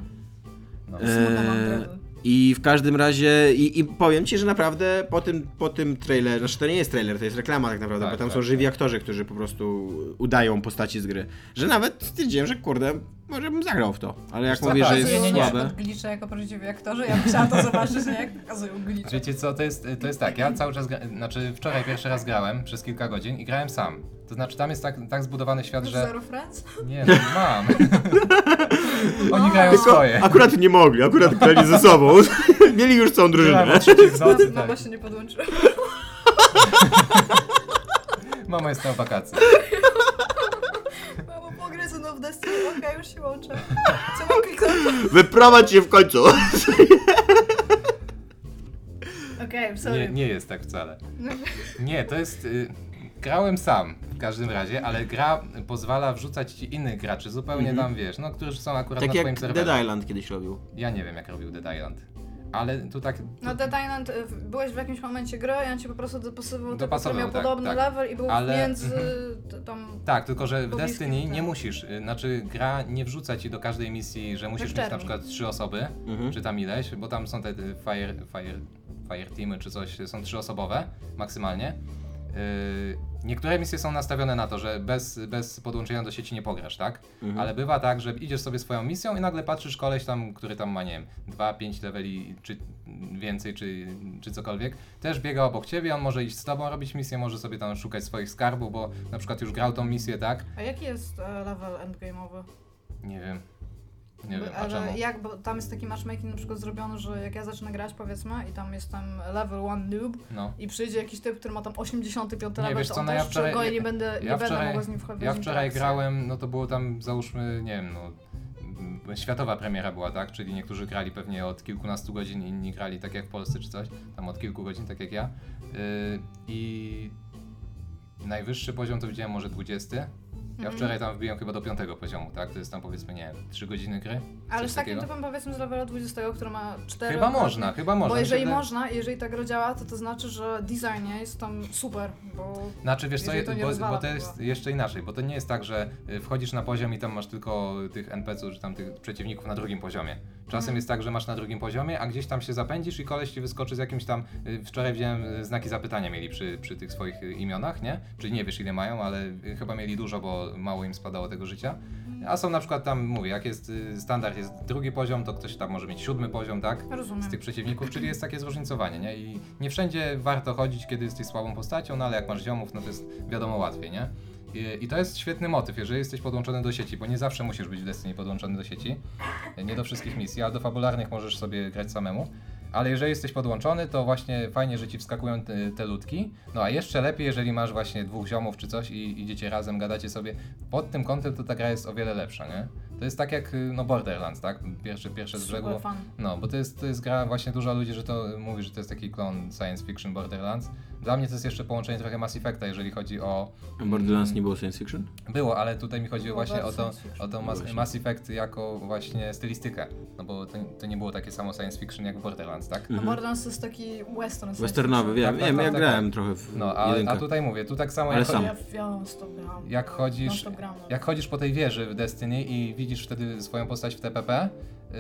No.
Smutno mam dready.
I w każdym razie, i, i powiem ci, że naprawdę po tym, po tym trailerze, znaczy to nie jest trailer, to jest reklama tak naprawdę,
Tak,
bo tam
tak,
są żywi
tak.
aktorzy, którzy po prostu udają postaci z gry. Że nawet stwierdziłem, że kurde, może bym zagrał w to, ale jak
Wiesz co,
mówię,
tak,
że jest
Pokazują na
[LAUGHS]
słabe...
przykład glicze jako prawdziwi aktorzy, ja musiałam to zobaczyć, nie? jak pokazują glicze.
Wiecie co, to jest, to jest tak, ja cały czas, gra, znaczy wczoraj pierwszy raz grałem przez kilka godzin i grałem sam. To znaczy tam jest tak, tak zbudowany świat,
Masz
że...
Zero
[LAUGHS]
Friends?
Nie, no, nie
[LAUGHS]
mam. Oni grają swoje.
Akurat nie mogli, akurat grali ze sobą. [LAUGHS] Mieli już całą
Grałem
drużynę.
o trzeciej w
No,
nocy, tak.
[LAUGHS] mama się nie podłączyła.
Mama jest na wakacje.
Mamo, pogrę ze mną w Destiny, okej, już się łączę. Co mam kliknąć?
Wyprowadź się w końcu.
Okej, sorry.
Nie, nie jest tak wcale. Nie, to jest... Y, grałem sam w każdym razie, ale gra pozwala wrzucać ci innych graczy, zupełnie tam wiesz, no którzy są akurat
Mhm. Tak
na twoim
jak
serwerze.
Dead Island kiedyś robił.
Ja nie wiem jak robił Dead Island. Ale tu tak...
No Dead Island, y, w- byłeś w jakimś momencie gry i on ci po prostu dopasował, dopasował
Dopasował,
miał
tak,
podobny
tak.
level i był
Ale-
między t- tam...
Tak, tylko że w
Pobliskim,
Destiny nie
tak.
musisz, y, znaczy gra nie wrzuca ci do każdej misji, że musisz mieć na
Bezczerni.
przykład trzy osoby,
Mhm.
czy tam ileś, bo tam są te y, fire, fire, fire teamy czy coś, y, są trzyosobowe maksymalnie. Y, niektóre misje są nastawione na to, że bez, bez podłączenia do sieci nie pograsz, tak?
Mhm.
Ale bywa tak, że idziesz sobie swoją misją i nagle patrzysz koleś tam, który tam ma, nie wiem, 2-5 leveli czy więcej, czy, czy cokolwiek, też biega obok ciebie, on może iść z tobą robić misję, może sobie tam szukać swoich skarbów, bo na przykład już grał tą misję, tak?
A jaki jest e, level endgame'owy?
Nie wiem. Nie
Bo-
wiem, a
No, ale
czemu?
jak, bo tam jest taki matchmaking na przykład zrobiony, że jak ja zacznę grać powiedzmy i tam jestem level 1 noob
No.
i przyjdzie jakiś typ, który ma tam 85
Nie,
level,
wiesz
to
co,
on
no ja
też
wczoraj-
go i nie będę, nie
ja
będę
wczoraj-
mogła z nim wchodzić
Ja
w
wczoraj
interakcję.
grałem, no to było tam, załóżmy, nie wiem, no... m, Światowa premiera była, tak? Czyli niektórzy grali pewnie od kilkunastu godzin, inni grali tak jak w Polsce czy coś, tam od kilku godzin, tak jak ja. Yy, I najwyższy poziom to widziałem może 20. Ja
Mhm.
wczoraj tam wbiłem chyba do piątego poziomu, tak? To jest tam powiedzmy, nie wiem, 3 godziny gry.
Ale
coś
z takim
takiego.
typem powiedzmy z levela 20, który ma 4...
Chyba można, chyba można.
Bo
mi się
jeżeli
wydaje.
można, jeżeli ta gra działa, to to znaczy, że design nie jest tam super, bo
Znaczy wiesz co,
Jeżeli to nie
bo,
rozwala
bo to
tego.
jest jeszcze inaczej, bo to nie jest tak, że y, wchodzisz na poziom i tam masz tylko tych NPC-ów, czy tam tych przeciwników na drugim poziomie. Czasem
Mhm.
jest tak, że masz na drugim poziomie, a gdzieś tam się zapędzisz i koleś ci wyskoczy z jakimś tam, y, wczoraj widziałem y, znaki zapytania mieli przy, przy tych swoich y, imionach, nie? Czyli nie wiesz ile mają, ale y, chyba mieli dużo, bo mało im spadało tego życia. A są na przykład tam, mówię, jak jest y, standard, jest drugi poziom, to ktoś tam może mieć siódmy poziom, tak?
rozumiem.
z tych przeciwników, czyli jest takie zróżnicowanie, nie? I nie wszędzie warto chodzić, kiedy jesteś słabą postacią, no ale jak masz ziomów, no to jest wiadomo łatwiej, nie? I, I to jest świetny motyw, jeżeli jesteś podłączony do sieci, bo nie zawsze musisz być w Destiny podłączony do sieci, nie do wszystkich misji, a do fabularnych możesz sobie grać samemu. Ale jeżeli jesteś podłączony, to właśnie fajnie, że ci wskakują te, te ludki. No a jeszcze lepiej, jeżeli masz właśnie dwóch ziomów czy coś i idziecie razem, gadacie sobie. Pod tym kątem to ta gra jest o wiele lepsza, nie? To jest tak jak y, no Borderlands, tak? Pierwsze, pierwsze z
Super
brzegu.
fan.
Mhm.
No, bo to jest, to jest gra, właśnie dużo ludzi że to mówi, że to jest taki klon science fiction Borderlands. Dla mnie to jest jeszcze połączenie trochę Mass Effecta, jeżeli chodzi o...
Borderlands nie było science fiction?
Było, ale tutaj mi
Było
chodziło właśnie o
No, bardzo
to,
science fiction.
o to
No
Mass,
właśnie.
Mass Effect jako właśnie stylistykę. No bo to, to nie było takie samo science fiction jak w Borderlands, tak?
Mm.
A No Borderlands to jest taki western. science
Westernowy,
fiction.
wiem,
tak,
wiem,
tak,
ja
tak,
grałem
tak.
trochę w
No, a,
jedynkę.
a tutaj mówię, tu tak samo
Ale
jak,
sam.
Ja, ja non stop grałam.
jak
Non
chodzisz,
stop grałam.
jak chodzisz po tej wieży w Destiny i widzisz wtedy swoją postać w TPP, Yy,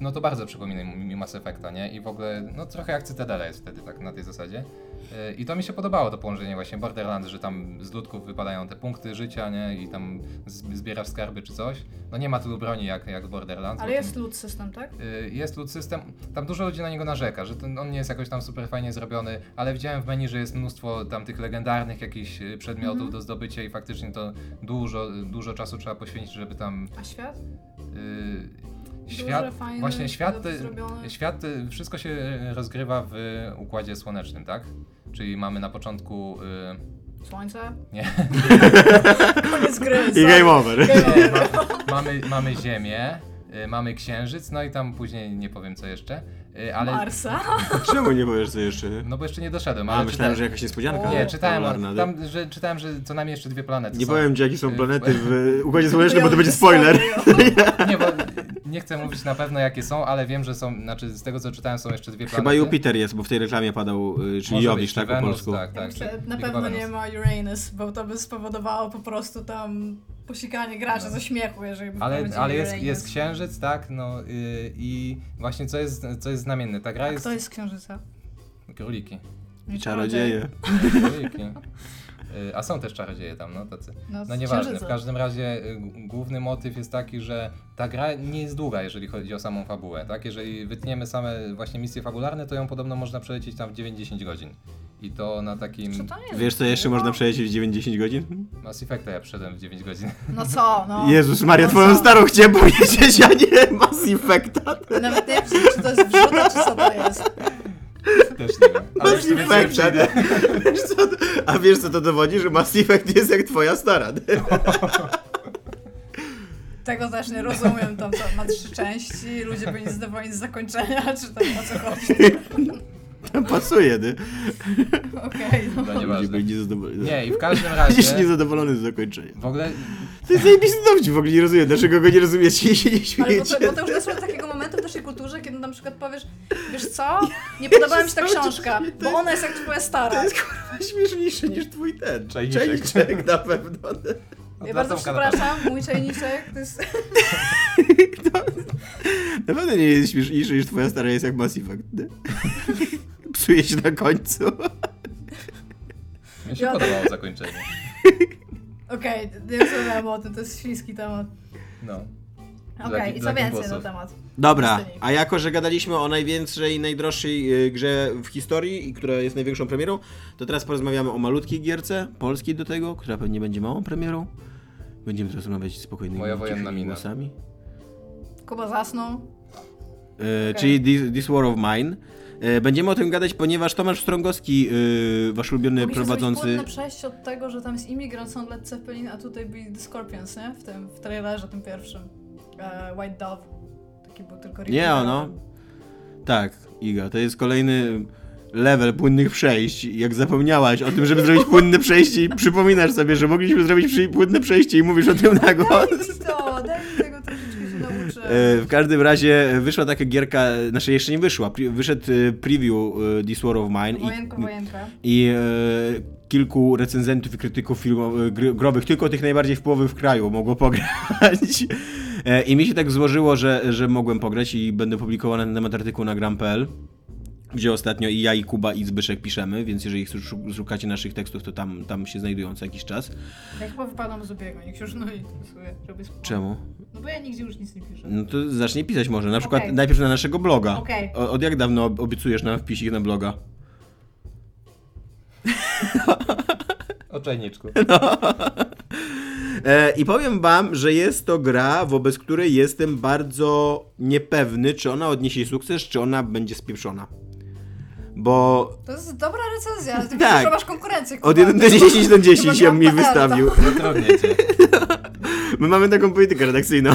no to bardzo przypomina mi mi Mass Effecta, nie? I w ogóle, no trochę jak Cytadela jest wtedy, tak na tej zasadzie. Yy, I to mi się podobało to połączenie właśnie Borderlands, że tam z ludków wypadają te punkty życia, nie? I tam z- zbierasz skarby czy coś. No nie ma tylu broni jak, jak w Borderlands.
Ale
bo
jest
tam-
loot system, tak?
Y, jest loot system, tam dużo ludzi na niego narzeka, że ten, on nie jest jakoś tam super fajnie zrobiony, ale widziałem w menu, że jest mnóstwo tam tych legendarnych jakichś y, przedmiotów
Mhm.
do zdobycia i faktycznie to dużo, dużo czasu trzeba poświęcić, żeby tam
A świat?
y, świat,
fajnych,
właśnie świat,
dobrze zrobionych.
świat, y, wszystko się rozgrywa w Układzie Słonecznym, tak? Czyli mamy na początku, y,
Słońce?
Nie.
[LAUGHS] Koniec gry.
I
sorry.
game over.
[LAUGHS]
Game
y,
over. [LAUGHS]
ma, mamy, mamy Ziemię, y, mamy Księżyc, no i tam później nie powiem co jeszcze, y, ale...
Marsa?
Czemu nie powiesz co jeszcze?
No bo jeszcze nie doszedłem,
A,
ale
myślałem,
czyta-
że jakaś niespodzianka.
Nie, czytałem,
fabularna.
o- tam, że, czytałem, że co najmniej jeszcze dwie planety
Nie
są.
powiem ci, jakie są
Y,
planety w y, Układzie Słonecznym, bo to
Ja-
[LAUGHS]
będzie spoiler.
Sorry.
Nie, bo nie chcę mówić na pewno jakie są, ale wiem, że są, znaczy z tego co czytałem są jeszcze dwie planety.
Chyba Jupiter jest, bo w tej reklamie padał, y, czyli
Może
Jowisz,
być,
tak
czy
po
Wenus,
polsku.
Tak, tak.
Ja myślę,
czy-
na
czy
pewno
Wenus.
nie ma Uranus, bo to by spowodowało po prostu tam posikanie graczy ze śmiechu, jeżeli by
No. Ale,
wprowadzili
ale jest,
Uranus.
jest księżyc, tak, no y, i właśnie co jest, co jest znamienne, ta gra
A
jest...
kto jest z księżyca?
Króliki.
I Czarodzieje.
Króliki. Y, A są też czarodzieje tam, no tacy.
No,
No
z
nieważne,
księżyca.
w każdym razie y, g- główny motyw jest taki, że ta gra nie jest długa, jeżeli chodzi o samą fabułę, tak? Jeżeli wytniemy same właśnie misje fabularne, to ją podobno można przelecieć tam w 90 godzin. I to na
Czy
takim...
to nie jest
Wiesz co jeszcze
długo?
można przelecieć w 90 godzin?
Mass Effecta ja przeszedłem w 9 godzin.
No co, no.
Jezus Maria,
No
twoją
co?
starą chciałem powiedzieć, a nie Mass Effecta.
Nawet nie wiem, czy to jest wrzuta, czy co to jest.
Też nie wiem. Ale już
Mass [LAUGHS]
tu więcej nie
Effecta.
przyjdę.
[LAUGHS] Wiesz co, to- a wiesz co to dowodzi, że Mass Effect jest jak twoja stara.
Tego też nie rozumiem, tam co, ma trzy części, ludzie byli zadowoleni z zakończenia, czy tam o co chodzi.
Tam pasuje, ty.
Okej, no.
No
Ludzie
nieważne.
byli niezadowoleni.
Nie, i w każdym
Będziesz
razie...
niezadowolony z zakończenia.
W ogóle
To jest zajebisty dowcip, w ogóle nie rozumiem, dlaczego go nie rozumiecie i się nie
Ale bo to,
śmiejecie.
bo to już doszło do takiego momentu w naszej kulturze, kiedy na przykład powiesz, wiesz co, nie podobała mi się ta
Jezus,
książka,
to
bo ona jest jak twoja stara.
To jest kurwa śmieszniejszy niż twój ten.
Czajniczek.
Czajniczek na pewno. [LAUGHS]
Ja
odwracam
bardzo
kanapę.
przepraszam, mój czajniczek to jest...
Na pewno nie jest śmieszniejszy niż twoja stara jest jak Mass Effect. nie? [LAUGHS] Psuje się na końcu.
Mi się
Ja-
podobało zakończenie.
Okej, nie rozmawiałam o tym, to jest świński temat.
No.
Okej,
Dla-
i
dla
co więcej na
kimbosów.
temat?
Dobra,
Pustyni.
a jako, że gadaliśmy o największej i najdroższej y, grze w historii i która jest największą premierą, to teraz porozmawiamy o malutkiej gierce, polskiej do tego, która pewnie będzie małą premierą. Będziemy rozmawiać spokojnymi,
Moja wojenna
cichymi
mina.
głosami.
Kuba zasnął.
E,
Okej.
czyli This, This War of Mine. E, Będziemy o tym gadać, ponieważ Tomasz Strągowski, e, wasz ulubiony
Mogliśmy
prowadzący...
zrobić płynne przejście od tego, że tam jest imigrant, są Led Zeppelin, a tutaj byli The Scorpions, nie? W tym, w trailerze tym pierwszym. E, White Dove. Taki był tylko
Nie no. ono. Tak, Iga, to jest kolejny level płynnych przejść. Jak zapomniałaś o tym, żeby zrobić płynne przejście i przypominasz sobie, że mogliśmy zrobić przy- płynne przejście i mówisz o tym na głos.
Daj mi [LAUGHS] to, daj mi tego troszeczkę się nauczę.
E, W każdym razie wyszła taka gierka, znaczy jeszcze nie wyszła, pri- wyszedł e, preview e, This War of Mine
Wojenko,
i,
wojenka.
i e, kilku recenzentów i krytyków filmowych, growych, tylko tych najbardziej w połowy w kraju mogło pograć. E, I mi się tak złożyło, że, że mogłem pograć i będę publikował na ten temat artykuł na gram.pl. Gdzie ostatnio i ja, i Kuba, i Zbyszek piszemy, więc jeżeli szu- szukacie naszych tekstów, to tam, tam się znajdują co jakiś czas.
Ja chyba wypadam z obiegu, niech się już no i pasuje, robię spoko.
Czemu?
No bo ja nigdzie już nic nie piszę.
No to zacznij pisać może, na przykład
Okej.
najpierw na naszego bloga.
Okej.
O, od jak dawno ob- obiecujesz nam wpisik na bloga?
O [LAUGHS] czajniczku.
E, I powiem wam, że jest to gra, wobec której jestem bardzo niepewny, czy ona odniesie sukces, czy ona będzie spieprzona. Bo
To jest dobra
[LAUGHS]
recenzja, ale ty
Tak.
tak. masz konkurencję.
od
kurwa.
1 do
[LAUGHS]
10 do 10
Chyba
się mi
gram PRL,
wystawił.
Zatrudnię cię.
My mamy taką politykę redakcyjną.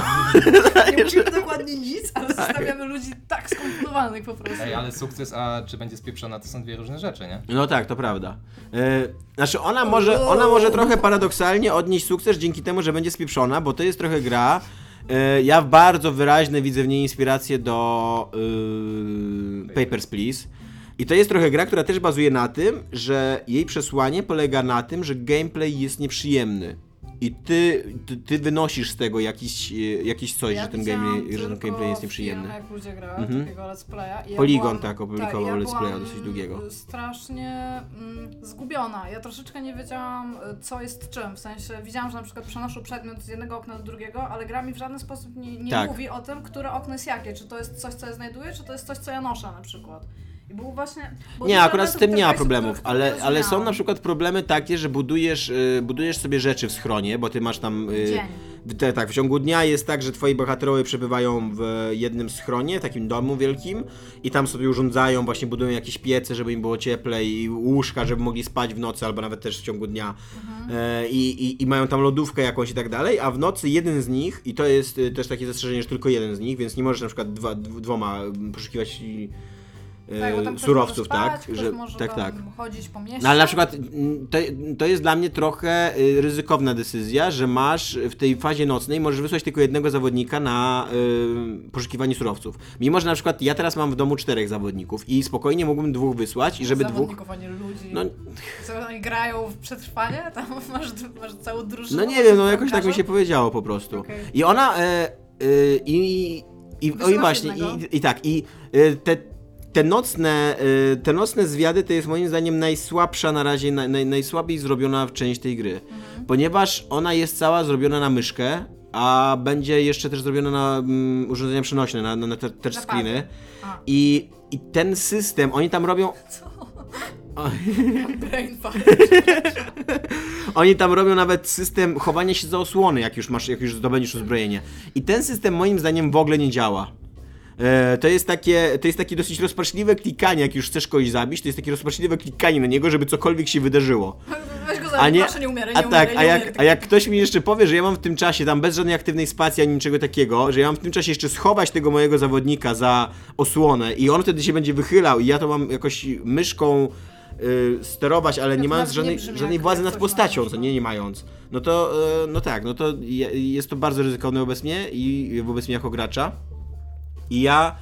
to Nie musimy dokładnie nic, ale zostawiamy ludzi tak skomplikowanych po prostu.
Ej, ale sukces, a czy będzie spieprzona, to są dwie różne rzeczy, nie?
No tak, to prawda. E, znaczy, ona może, ona może trochę paradoksalnie odnieść sukces dzięki temu, że będzie spieprzona, bo to jest trochę gra. E, ja bardzo wyraźnie widzę w niej inspirację do e, Papers, Please. I to jest trochę gra, która też bazuje na tym, że jej przesłanie polega na tym, że gameplay jest nieprzyjemny. i ty, ty, ty wynosisz z tego jakiś, y, jakiś coś, że ten,
widziałam
gameplay, że ten
tylko
gameplay jest nieprzyjemny.
Film, jak ludzie grają,
Mhm.
takiego let's playa. I ja
Polygon
byłam-
tak opublikował
tak, ja
let's playa
byłam
dosyć długiego.
strasznie mm, zgubiona. Ja troszeczkę nie wiedziałam, y, co jest czym. W sensie widziałam, że na przykład przenoszę przedmiot z jednego okna do drugiego, ale gra mi w żaden sposób nie, nie
Tak.
mówi o tym, które okno jest jakie. Czy to jest coś, co ja znajduję, czy to jest coś, co ja noszę na przykład. I był właśnie... było
Nie,
dużo
akurat z
elementów
tym nie ma
interfejsu,
problemów,
których nie
ale, ale są
rozumiałam.
na przykład problemy takie, że budujesz, y, budujesz sobie rzeczy w schronie, bo ty masz tam. y,
Dzień.
w- te- tak, w ciągu dnia jest tak, że twoi bohaterowie przebywają w jednym schronie, takim domu wielkim, i tam sobie urządzają, właśnie budują jakieś piece, żeby im było cieplej, i łóżka, żeby mogli spać w nocy, albo nawet też w ciągu dnia.
Mhm.
E, I, i, I mają tam lodówkę jakąś i tak dalej, a w nocy jeden z nich, i to jest y, też takie zastrzeżenie, że tylko jeden z nich, więc nie możesz na przykład dwa, dw- dwoma mm, poszukiwać i, e,
Tak, bo tam ktoś
surowców,
może spać,
tak?
ktoś
Że,
może
tak,
tam
tak.
chodzić po mieście.
No ale na przykład mm, to, to jest dla mnie trochę y, ryzykowna decyzja, że masz w tej fazie nocnej, możesz wysłać tylko jednego zawodnika na y, poszukiwanie surowców. Mimo, że na przykład ja teraz mam w domu czterech zawodników i spokojnie mógłbym dwóch wysłać i żeby dwóch...
Zawodników, a nie ludzi.
No,
Co oni grają w przetrwanie? Tam [LAUGHS] masz, masz całą drużynę.
no nie wiem, no jakoś tak mi się powiedziało po prostu.
Okej.
I ona... e, e, I i, i, o, i
Wysyłasz
właśnie,
jednego.
i, i tak, i e, te, te, nocne, e, te nocne zwiady to jest moim zdaniem najsłabsza na razie, naj, naj, najsłabiej zrobiona część tej gry. Ponieważ ona jest cała zrobiona na myszkę, a będzie jeszcze też zrobiona na mm, urządzenia przenośne, na, na, na te- touchscreeny.
A.
I, I ten system, oni tam robią
[LAUGHS] Brain fart.
Oni tam robią nawet system chowania się za osłony, jak już masz, jak już zdobędziesz uzbrojenie. I ten system moim zdaniem w ogóle nie działa. E, To jest, takie, to jest takie dosyć rozpaczliwe klikanie, jak już chcesz kogoś zabić, to jest takie rozpaczliwe klikanie na niego, żeby cokolwiek się wydarzyło.
Weź go za nie, proszę, nie umieraj, nie
a
umieraj,
tak,
nie
a jak,
umieraj.
a jak ktoś mi jeszcze powie, że ja mam w tym czasie, tam bez żadnej aktywnej spacji ani niczego takiego, że ja mam w tym czasie jeszcze schować tego mojego zawodnika za osłonę i on wtedy się będzie wychylał i ja to mam jakoś myszką y, sterować, ale
to
nie mając
nawet nie
żadnej,
brzmi
żadnej
jak-
władzy
jak
nad
coś
postacią,
masz,
co
no.
nie, nie mając. No to, y, no tak, no to je- jest to bardzo ryzykowne wobec mnie i wobec mnie jako gracza. I ja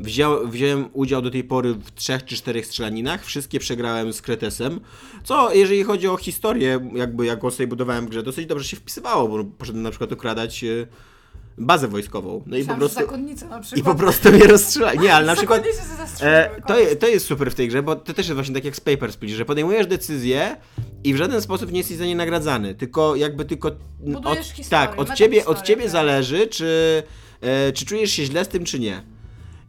wziął, wziąłem udział do tej pory w trzech czy czterech strzelaninach. Wszystkie przegrałem z Kretesem. Co, jeżeli chodzi o historię, jakby jaką sobie budowałem w grze, dosyć dobrze się wpisywało, bo poszedłem na przykład okradać e, bazę wojskową. No i po
Myślałam,
prostu.
że zakonnica na przykład.
I po prostu mnie rozstrzelali. Nie, ale na przykład.
Zakonnicy się zastrzeliły,
E, to,
koniec.
to jest super w tej grze, bo to też jest właśnie tak jak z Paper Split, że podejmujesz decyzję i w żaden sposób nie jesteś za nie nagradzany, tylko jakby tylko... n-
Budujesz
od,
historię,
Tak, od
metahistorię,
ciebie, od ciebie
tak.
zależy, czy, e, czy czujesz się źle z tym, czy nie.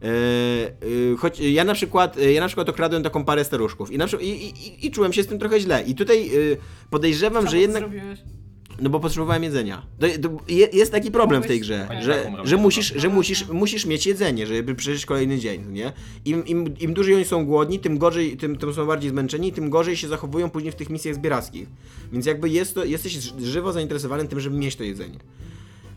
E, e, choć ja na przykład e, ja na przykład okradłem taką parę staruszków i, na przykład, i, i, i- i czułem się z tym trochę źle. I tutaj e, podejrzewam,
Samo
że jednak.
Zrobiłeś.
No bo potrzebowałem jedzenia. To, to je, jest taki problem w tej grze,
Mogłeś-
że,
Taką
że,
robotę.
musisz, że musisz, musisz mieć jedzenie, żeby przeżyć kolejny dzień, nie? Im, im, Im dłużej oni są głodni, tym gorzej, tym, tym są bardziej zmęczeni, tym gorzej się zachowują później w tych misjach zbierackich. Więc jakby jest to, jesteś ż- żywo zainteresowany tym, żeby mieć to jedzenie.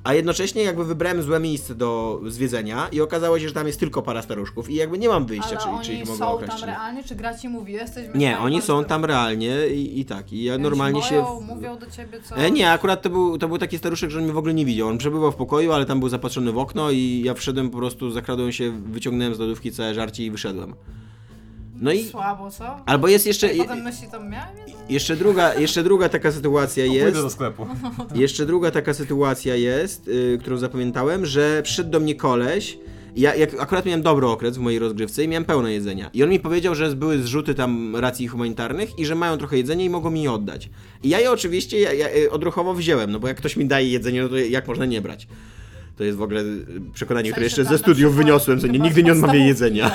A jednocześnie jakby wybrałem złe miejsce do zwiedzenia i okazało się, że tam jest tylko para staruszków i jakby nie mam wyjścia,
Ale
czy,
oni
czy ich mogę
są
okraść.
tam
czy nie.
realnie, czy gra ci mówi, jesteś...
Nie, oni są tam realnie i, i tak. I ja
Więc
normalnie się...
moją,
w-
mówią do ciebie co...
E, nie, akurat to był, to był taki staruszek, że on mnie w ogóle nie widział. On przebywał w pokoju, ale tam był zapatrzony w okno i ja wszedłem po prostu, zakradłem się, wyciągnąłem z lodówki całe żarcie i wyszedłem. No i...
Słabo, co?
Albo jest jeszcze...
I potem myśli tam, miałem jedzenie?
Jeszcze druga, jeszcze druga taka sytuacja jest...
Pójdę do sklepu.
Jeszcze druga taka sytuacja jest, y, którą zapamiętałem, że przyszedł do mnie koleś. Ja jak, akurat miałem dobry okres w mojej rozgrywce i miałem pełno jedzenia. I on mi powiedział, że były zrzuty tam racji humanitarnych i że mają trochę jedzenia i mogą mi je oddać. I ja je oczywiście ja, ja, y, odruchowo wziąłem, no bo jak ktoś mi daje jedzenie, no to jak można nie brać? To jest w znaczy, ogóle y, przekonanie, które jeszcze ze studiów wyniosłem, co nie, nigdy nie odmawię jedzenia. [LAUGHS]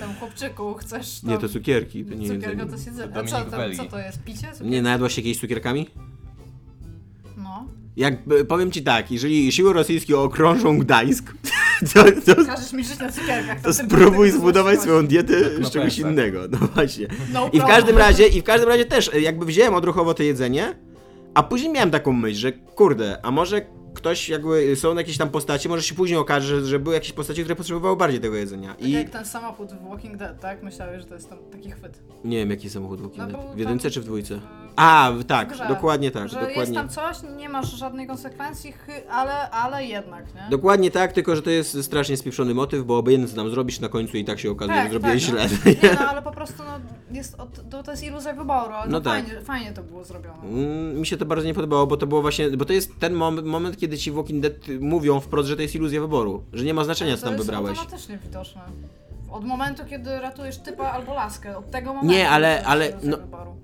Tam chłopczyku, chcesz tam...
Nie, to cukierki, to nie jedzenie.
Cukierka to się jedzenie. A
Dominik
co, tam,
Belgi.
co to jest? Picie? Cukier...
Nie, najadłaś się jakimiś cukierkami?
No.
Jak, y, powiem ci tak, jeżeli siły rosyjskie okrążą Gdańsk, [LAUGHS] to, to,
Każesz mi żyć na cukierkach.
To
ty
spróbuj
będziesz
zbudować swoją
złośliwość.
dietę
na
z czegoś
plecach.
innego. No właśnie.
No
I w
problem.
każdym razie, i w każdym razie też e, jakby wziąłem odruchowo to jedzenie, a później miałem taką myśl, że kurde, a może ktoś jakby, są jakieś tam postacie, może się później okaże, że, że były jakieś postacie, które potrzebowały bardziej tego jedzenia.
Tak
I
jak ten samochód w Walking Dead, tak? Myślałeś, że to jest tam taki chwyt.
nie wiem, jaki samochód był
No
kiedy.
bo
W jedynce
tam-
czy w dwójce? A, w- tak,
Grze.
dokładnie tak,
że jest
dokładnie.
tam coś, nie masz żadnej konsekwencji, chy- ale, ale jednak, nie?
Dokładnie tak, tylko że to jest strasznie spieprzony motyw, bo obojętnie co tam zrobisz na końcu i tak się okazuje, że zrobiłeś
no.
źle.
Nie, no, ale po prostu no, jest od, to, to jest iluzja wyboru, ale
No
no
tak.
fajnie, fajnie to było zrobione.
Mm, Mi się to bardzo nie podobało, bo to było właśnie, bo to jest ten mom- moment, kiedy ci w Walking Dead mówią wprost, że to jest iluzja wyboru, że nie ma znaczenia, co
to
tam
jest
wybrałeś.
automatycznie widoczne. Od momentu, kiedy ratujesz typa albo laskę, od tego momentu.
Nie, ale-
to jest
ale,
iluzja
no-
wyboru.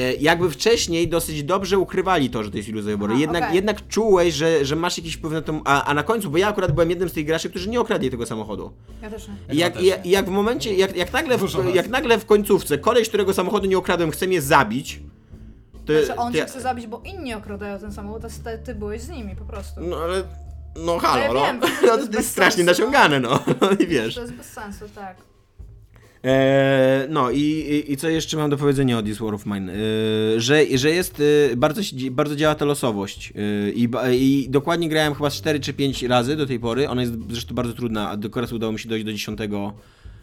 E, jakby wcześniej dosyć dobrze ukrywali to, że to jest iluzja wyboru.
Aha,
jednak,
okej.
jednak czułeś, że, że masz jakiś wpływ na to. A, a na końcu, bo ja akurat byłem jednym z tych graczy, którzy nie okradli tego samochodu.
Ja też nie.
I
Ja
jak,
też
i jak,
nie.
i jak w momencie, jak, jak, nagle
Dużo
w,
razy.
jak nagle w końcówce koleś, którego samochodu nie okradłem, chce mnie zabić. To,
Znaczy on
to
cię
ja-
chce zabić, bo inni okradają ten samochód, a ty, ty byłeś z nimi po prostu.
No ale. No
No ja
halo, [LAUGHS]
wiem,
no.
to jest
no to,
bez
jest strasznie
sensu, no.
naciągane, no. [LAUGHS] no i wiesz.
Znaczy, To jest bez sensu, tak.
Eee, no i, i, i co jeszcze mam do powiedzenia o This War of Mine? Eee, że, że jest, e, bardzo, się dzie- bardzo działa ta losowość Eee, i, ba- i dokładnie grałem chyba z 4 czy 5 razy do tej pory, ona jest zresztą bardzo trudna, a do raz udało mi się dojść do 10,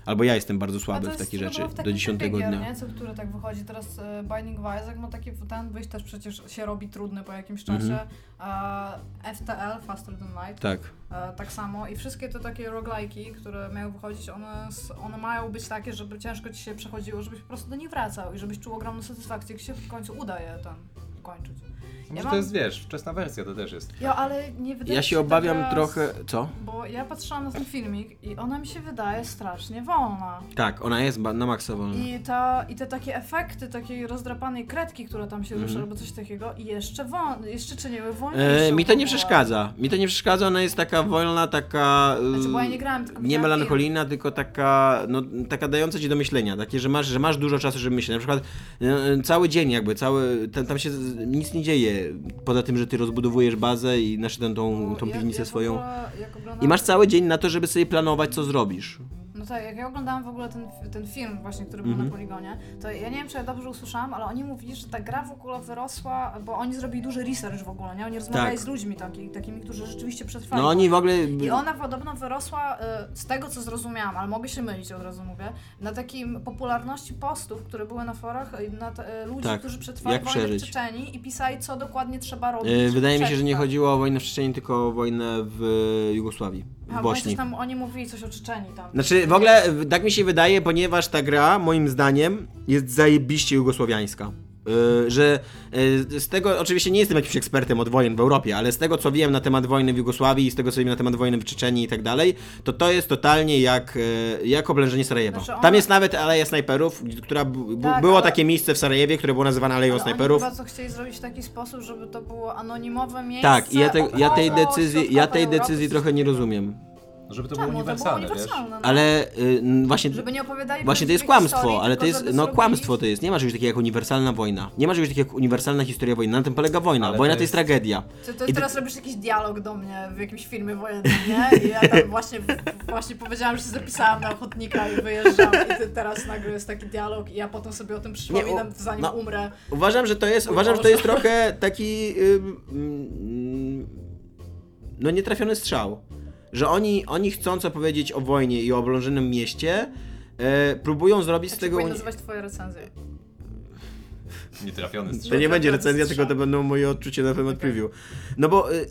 albo ja jestem bardzo
A
słaby
to
w
jest
takie
chyba
rzeczy,
było w
do
takim
10
typie gier,
dnia.
Nie? Co, który tak wychodzi teraz e, Binding of Isaac ma taki ten wyjść też przecież się robi trudny po jakimś
Mhm.
czasie. a FTL, Faster Than Light,
Tak.
E, tak samo i wszystkie te takie roguelike'i, które mają wychodzić, one, s- one mają być takie, żeby ciężko ci się przechodziło, żebyś po prostu do nich wracał i żebyś czuł ogromną satysfakcję, jak się w końcu uda je tam kończyć.
Może
Ja
Znaczy, to
mam-
jest, wiesz, wczesna wersja to też jest.
Ja, ale nie wydaje
Ja
ci
się obawiam
taka-
trochę, co?
Bo ja patrzyłam na ten filmik i ona mi się wydaje strasznie wolna.
Tak, ona jest ba- na maksa wolna.
I, ta, I te takie efekty takiej rozdrapanej kredki, która tam się
Mm-hmm.
rusza albo coś takiego, i jeszcze, wol, jeszcze czyniły Znaczy, wolniejszą.
Eee, mi to nie
fabułę.
przeszkadza, mi to nie przeszkadza, ona jest taka wolna, taka... eee,
Znaczy, bo ja nie grałam, tylko
nie
widziałam film.
melancholijna, tylko taka, no, taka dająca ci do myślenia, takie, że masz, że masz dużo czasu, żeby myśleć. Na przykład e, cały dzień jakby, cały, tam, tam się z- nic nie dzieje, poza tym, że ty rozbudowujesz bazę i znaczy tą, tą,
Bo
tą
ja-
piwnicę
ja w
swoją.
ogóle, jak oglądałam-
I masz cały dzień na to, żeby sobie planować, co zrobisz.
No tak, jak ja oglądałam w ogóle ten, fi- ten film właśnie, który był
Mhm.
na poligonie, to ja nie wiem, czy ja dobrze usłyszałam, ale oni mówili, że ta gra w ogóle wyrosła, bo oni zrobili duży research w ogóle, nie? Oni rozmawiali
Tak.
z ludźmi taki, takimi, którzy rzeczywiście przetrwali.
No oni w ogóle...
I ona podobno wyrosła, y, z tego co zrozumiałam, ale mogę się mylić, od razu mówię, na takim popularności postów, które były na forach, y, na te- y, ludzi,
Tak.
którzy przetrwali
Jak
wojnę
przeżyć.
w Czeczeni i pisali, co dokładnie trzeba robić.
e, Wydaje mi się,
żeby
że nie
przetrwać.
chodziło o wojnę w Czeczeniu, tylko o wojnę w Jugosławii,
Aha,
w
bo oni
Bośni.
coś tam, oni mówili coś o Czeczeni tam.
Znaczy, w ogóle w- tak mi się wydaje, ponieważ ta gra, moim zdaniem, jest zajebiście jugosłowiańska. Yy, że yy, z tego, oczywiście nie jestem jakimś ekspertem od wojen w Europie, ale z tego co wiem na temat wojny w Jugosławii i z tego co wiem na temat wojny w Czeczeniu i tak dalej, to to jest totalnie jak, yy, jak oblężenie Sarajewa.
Znaczy ona-
Tam jest nawet Aleja Snajperów, gdzie- która b- b-
Tak,
było
ale-
takie miejsce w Sarajewie, które było nazywane Aleją
Ale
Snajperów.
Oni chyba co chcieli zrobić w taki sposób, żeby to było anonimowe miejsce.
Tak, i ja, te, ja tej
około
decyzji,
środka
ja tej
Europy,
decyzji
coś
trochę nie
takiego.
rozumiem.
Żeby to
Czemu?
było uniwersalne,
Tak, było
wiesz?
uniwersalne, no.
Ale yy, n- właśnie...
Żeby nie opowiadali
Właśnie to jest
prawdziwej
kłamstwo,
historii,
ale to
tylko
jest,
żeby
no
zrobili-
kłamstwo to jest, nie ma czegoś takiego jak uniwersalna wojna. Nie ma czegoś takiego jak uniwersalna historia wojny, na tym polega wojna.
Ale
wojna
to
to jest
jest-
tragedia.
Czy to
I ty-
teraz robisz jakiś dialog do mnie w jakimś filmie wojennym,
[LAUGHS]
nie? I ja tam właśnie, właśnie powiedziałam, że się zapisałam na ochotnika i wyjeżdżam i ty teraz nagle jest taki dialog i ja potem sobie o tym przypominam,
Nie, o-
zanim
no.
umrę.
Uważam, że to jest,
Mój
uważam, że to
Boże.
jest trochę taki ym, mm, no nietrafiony strzał. Że oni, oni chcąc opowiedzieć o wojnie i o oblężonym mieście, e, próbują zrobić z
Jak
tego...
tego...
uni-
Znaczy, nazywać twoje recenzje?
Nietrafiony
Tak,
strzał.
To nie będzie recenzja,
Strzał.
tylko to będą moje odczucia na temat
Okej.
preview. No bo y,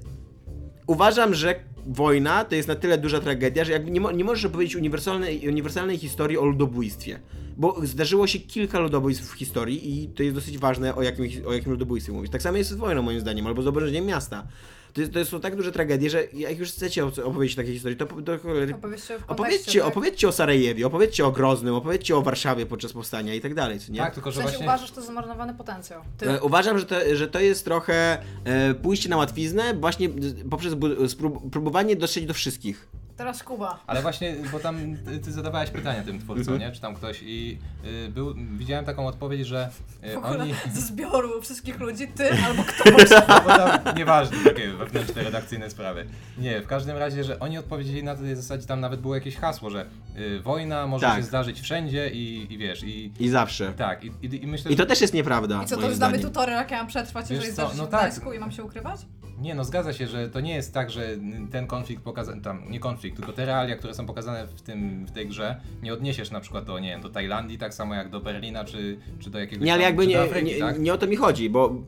uważam, że wojna to jest na tyle duża tragedia, że jakby nie, mo- nie możesz opowiedzieć uniwersalnej, uniwersalnej historii o ludobójstwie. Bo zdarzyło się kilka ludobójstw w historii i to jest dosyć ważne, o jakim, o jakim ludobójstwie mówić. Tak samo jest z wojną, moim zdaniem, albo z obrażeniem miasta. To, jest, to są tak duże tragedie, że jak już chcecie op- opowiedzieć takie historie, to, po- to cholery
Opowieście w kontekście,
Opowiedzcie,
tak?
opowiedzcie o Sarajewie, opowiedzcie o Groznym, opowiedzcie o Warszawie podczas powstania i tak dalej, co nie?
Tak, tylko
W
że
sensie
właśnie...
uważasz to za zmarnowany potencjał. Ty,
E, Uważam, że to, że to jest trochę e, pójście na łatwiznę właśnie d- poprzez bu- sprób- próbowanie dotrzeć do wszystkich.
teraz Kuba.
Ale właśnie, bo tam ty, ty zadawałeś pytania tym
Mhm.
twórcom, nie? Czy tam ktoś i y, był, widziałem taką odpowiedź, że y,
W ogóle
oni...
[LAUGHS] ze zbioru wszystkich ludzi, ty
[LAUGHS]
albo kto
[LAUGHS] No bo tam nieważne, takie wewnętrzne, redakcyjne sprawy. Nie, w każdym razie, że oni odpowiedzieli na tej zasadzie, tam nawet było jakieś hasło, że y, wojna może
Tak.
się zdarzyć wszędzie i, i wiesz, i
I zawsze.
tak, i, i, i myślę,
I to też jest nieprawda.
I co, to
moim
już damy
zdaniem.
tutorial, jak ja mam przetrwać, jeżeli
Wiesz co,
zdarzy się
no
w
tak.
Gdańsku i mam się ukrywać?
że... Nie no, zgadza się, że to nie jest tak, że ten konflikt pokazany, tam nie konflikt, tylko te realia, które są pokazane w, tym, w tej grze, nie odniesiesz na przykład do, nie wiem, do Tajlandii, tak samo jak do Berlina, czy, czy do jakiegoś
Nie, ale
tam-
jakby
czy
nie,
do Afryki,
nie,
tak?
nie o to mi chodzi, bo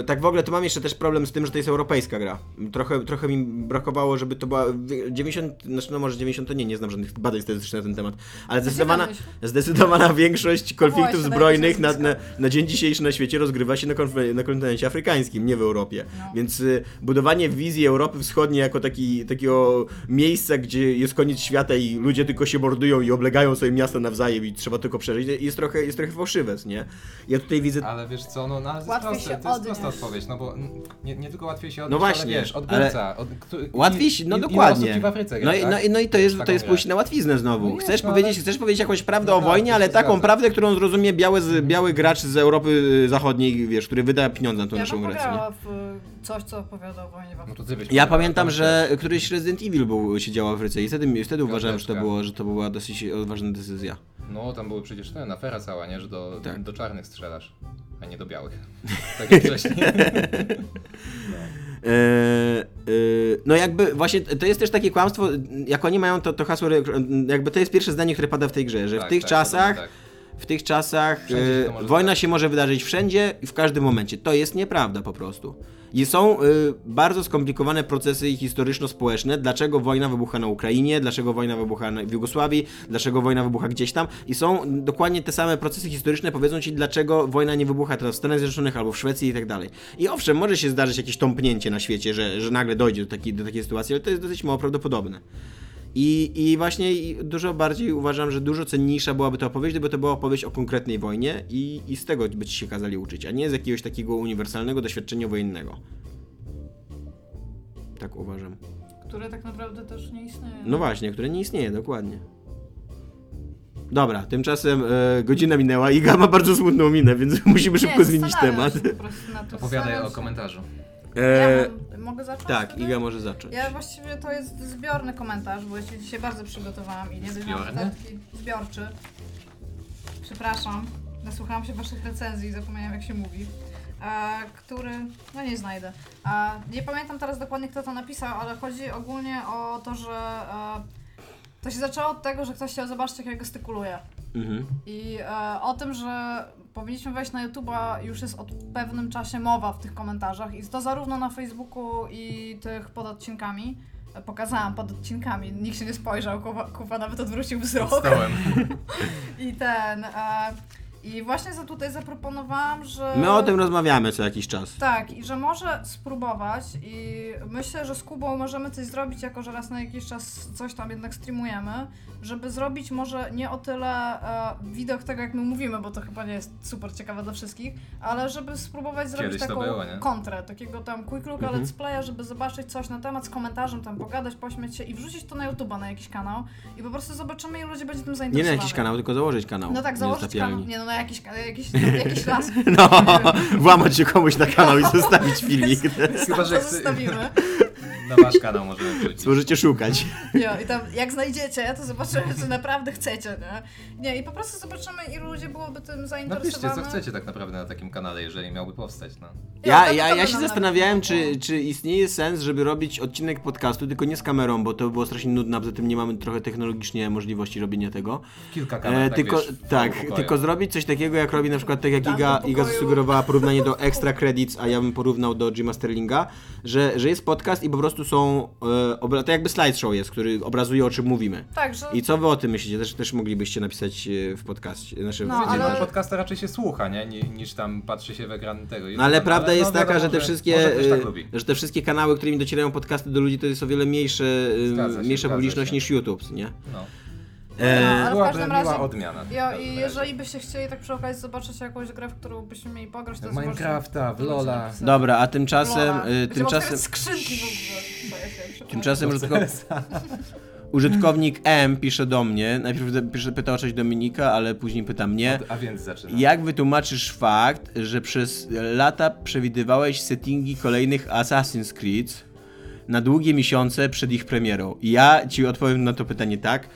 y, tak w ogóle to mam jeszcze też problem z tym, że to jest europejska gra. Trochę, trochę mi brakowało, żeby to była wy- 90, znaczy no może 90 to nie, nie znam żadnych badań statystycznych na ten temat, ale zdecydowana,
Ciekawe się.
zdecydowana
No
większość konfliktów
się na
zbrojnych na,
jakieś
na, na dzień dzisiejszy na świecie rozgrywa się na, konf- na kontynencie afrykańskim, nie w Europie.
No.
Więc y, budowanie wizji Europy Wschodniej jako taki, takiego miejsca, gdzie jest koniec świata i ludzie tylko się mordują i oblegają sobie miasta nawzajem i trzeba tylko przeżyć, jest trochę, jest trochę fałszywe, nie? Ja tutaj widzę
Ale wiesz co, no, no ale to jest,
Łatwiej
proste,
się
to jest prosta
odnieść.
odpowiedź, no bo mm, nie, nie tylko łatwiej się odnieść,
No właśnie,
ale wiesz,
ale-
odbiorca. Od, kto-
Łatwiej,
il-
się- no
il- ile
dokładnie.
osób ci w Afryce
no,
gra,
i,
tak?
no, i- no i to jest,
Taką
to jest
grę.
pójście na łatwiznę
No
znowu.
jest,
chcesz,
no
powiedzieć,
ale-
chcesz powiedzieć jakąś prawdę
No
o
tak,
wojnie,
to
ale
się
taką
zgadza. Mhm.
prawdę, którą zrozumie biały, z, biały gracz z Europy Zachodniej, wiesz, który wyda pieniądze na tą
Ja
naszą
bym
grę. co nie?
pograła w y, coś, co opowiadał o wojnie w
No
Afryce.
to ty byś
Ja
powiedziała,
pamiętam,
tak?
że któryś Resident Evil był, siedział w Afryce i wtedy, wtedy uważałem, że to,
Piąteczka.
było, że to była dosyć odważna decyzja.
No tam były przecież ten, afera cała, nie? Że do,
Tak.
do czarnych strzelasz, a nie do
[LAUGHS]
białych. Tak jak wcześniej.
E, e, no jakby właśnie to jest też takie kłamstwo, jak oni mają to, to hasło, jakby to jest pierwsze zdanie, które pada w tej grze, że w
Tak,
tych
tak,
czasach
tak.
W tych czasach
Wszędzie się to
e,
może
wojna
zdarzyć.
się może wydarzyć wszędzie i w każdym momencie. To jest nieprawda po prostu. I są e, bardzo skomplikowane procesy historyczno-społeczne, dlaczego wojna wybucha na Ukrainie, dlaczego wojna wybucha na, w Jugosławii, dlaczego wojna wybucha gdzieś tam. I są dokładnie te same procesy historyczne, powiedzą ci, dlaczego wojna nie wybucha teraz w Stanach Zjednoczonych albo w Szwecji i tak dalej. I owszem, może się zdarzyć jakieś tąpnięcie na świecie, że, że nagle dojdzie do, taki, do takiej sytuacji, ale to jest dosyć mało prawdopodobne. I, I właśnie i dużo bardziej uważam, że dużo cenniejsza byłaby to opowieść, gdyby to była opowieść o konkretnej wojnie i, i z tego by ci się kazali uczyć, a nie z jakiegoś takiego uniwersalnego doświadczenia wojennego. Tak uważam.
Które tak naprawdę też nie istnieje.
No właśnie, które nie istnieje, dokładnie. Dobra, tymczasem e, godzina minęła i ma bardzo smutną minę, więc [LAUGHS] musimy szybko
nie,
zmienić
zastanawiam
temat.
się po prostu nad tym,
Opowiadaj
zastanawiam
o
się. [LAUGHS]
komentarzu.
[LAUGHS] E,
Ja mam, mogę zacząć?
tak,
wtedy?
Iga może zacząć.
Ja właściwie to jest zbiorny komentarz, bo ja się dzisiaj bardzo przygotowałam i nie dość, że mam
Zbiorny?
notatki- zbiorczy. Przepraszam, nasłuchałam się waszych recenzji i zapomniałam jak się mówi. A, który, no nie znajdę. A, nie pamiętam teraz dokładnie kto to napisał, ale chodzi ogólnie o to, że a, to się zaczęło od tego, że ktoś chciał zobaczyć jak ja gestykuluję.
Mhm.
I e, o tym, że powinniśmy wejść na YouTube'a już jest od pewnym czasie mowa w tych komentarzach i to zarówno na Facebooku i tych pod odcinkami. E, Pokazałam pod odcinkami, nikt się nie spojrzał, kuwa, kuwa nawet odwrócił wzrok. [LAUGHS]
Stołem.
I ten... E, I właśnie za tutaj zaproponowałam, że...
My o tym rozmawiamy co jakiś czas.
Tak, i że może spróbować i myślę, że z Kubą możemy coś zrobić, jako że raz na jakiś czas coś tam jednak streamujemy, żeby zrobić może nie o tyle e, widok tego, jak my mówimy, bo to chyba nie jest super ciekawe dla wszystkich, ale żeby spróbować zrobić
Kiedyś to
taką
było, nie?
kontrę, takiego tam quick look, ale
Mhm.
let's playa, żeby zobaczyć coś na temat z komentarzem, tam pogadać, pośmiać się i wrzucić to na YouTube'a, na jakiś kanał i po prostu zobaczymy, ile ludzi będzie
Nie
tym
na
zainteresowani.
jakiś kanał, tylko założyć kanał.
No tak,
Nie
założyć
zapialni.
kanał. Nie no, na jakiś, na jakiś, na jakiś las.
[LAUGHS]
[LAUGHS]
No, włamać się komuś na kanał i zostawić [LAUGHS] filmik.
Chyba, że
To
chce-
zostawimy.
Na wasz kanał możemy wrzucić.
Możecie szukać.
Nie, i tam jak znajdziecie, to zobaczymy, czy naprawdę chcecie, nie? Nie, i po prostu zobaczymy, ilu ludzi byłoby tym
Napiszcie
zainteresowanych.
co chcecie tak naprawdę na takim kanale, jeżeli miałby powstać, no.
Ja,
to-
ja,
to
ja
by
się
nam
zastanawiałem,
napisało.
czy, czy istnieje sens, żeby robić odcinek podcastu, tylko nie z kamerą, bo to by było strasznie nudne, a poza tym nie mamy trochę technologicznie możliwości robienia tego.
Kilka kanałów,
E,
tak,
tylko
wiesz, w
tak,
pokoju.
tylko zrobić coś takiego, jak robi na przykład tak jak
Tam
Iga,
do
Iga
pokoju.
zasugerowała porównanie do Extra Credits, a ja bym porównał do Jima Sterlinga, że, że jest podcast i po prostu są, e, obra- to jakby slideshow jest, który obrazuje o czym mówimy.
Tak, że...
I co wy o tym myślicie? Też, też moglibyście napisać e, w podcaście, znaczy
No,
w
Wiecie,
ale-
no, podcasta raczej się słucha, nie? Ni, niż tam patrzy się w ekran tego.
No ale
tam-
prawda
no,
jest taka,
wiadomo,
że te wszystkie
Może ktoś tak
y,
lubi.
że te wszystkie kanały, którymi docierają podcasty do ludzi, to jest o wiele mniejsze, y,
Zgadza się,
mniejsza
zgadza
publiczność
się.
niż YouTube, nie? E,
No.
No, ale w
Byłaby
każdym
miła
razie...
odmiana. w
Ja,
każdym
I
razie.
jeżeli byście chcieli tak przy okazji zobaczyć jakąś grę, w którą byśmy mieli pograć, to
W
jest
Minecrafta, w
możliwe.
Lola.
Dobra, a tymczasem,
Lola.
y,
Będziemy
tymczasem,
otwierać skrzynki w ogóle. Boję się, przepraszam.
[LAUGHS] tymczasem użytko- użytkownik M pisze do mnie, najpierw do- pisze, pyta o coś Dominika, ale później pyta mnie.
A więc zaczynamy.
Jak wytłumaczysz fakt, że przez lata przewidywałeś settingi kolejnych Assassin's Creed na długie miesiące przed ich premierą? Ja ci odpowiem na to pytanie tak.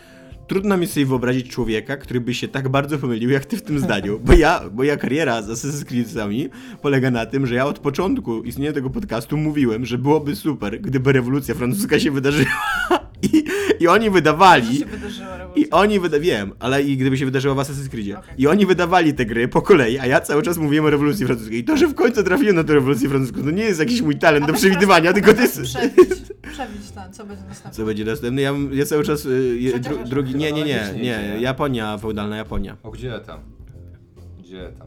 trudno mi sobie wyobrazić człowieka, który by się tak bardzo pomylił jak ty w tym zdaniu. Bo ja, moja kariera z Assassin's Creed'ami polega na tym, że ja od początku istnienia tego podcastu mówiłem, że byłoby super, gdyby rewolucja francuska się wydarzyła. [LAUGHS] I, i oni
Że
wydawali.
się wydarzyła rewolucja.
I oni wyda... Wiem, ale i gdyby się wydarzyło w Assassin's Creedzie.
Okej.
I oni wydawali te gry po kolei, a ja cały czas mówiłem o rewolucji francuskiej. I to, że w końcu trafiłem na tę rewolucję francuską, to nie jest jakiś mój talent
A
do
weź
przewidywania,
teraz
tylko to jest...
Przebić, przebić ten, co będzie następne.
Co będzie następny? Ja, ja cały czas... y, je-
Chociaż
dru,
jeszcze
drugi... Nie, nie, nie,
chronologicznie
nie.
idzie.
Japonia, feudalna Japonia.
O gdzie tam? Gdzie tam?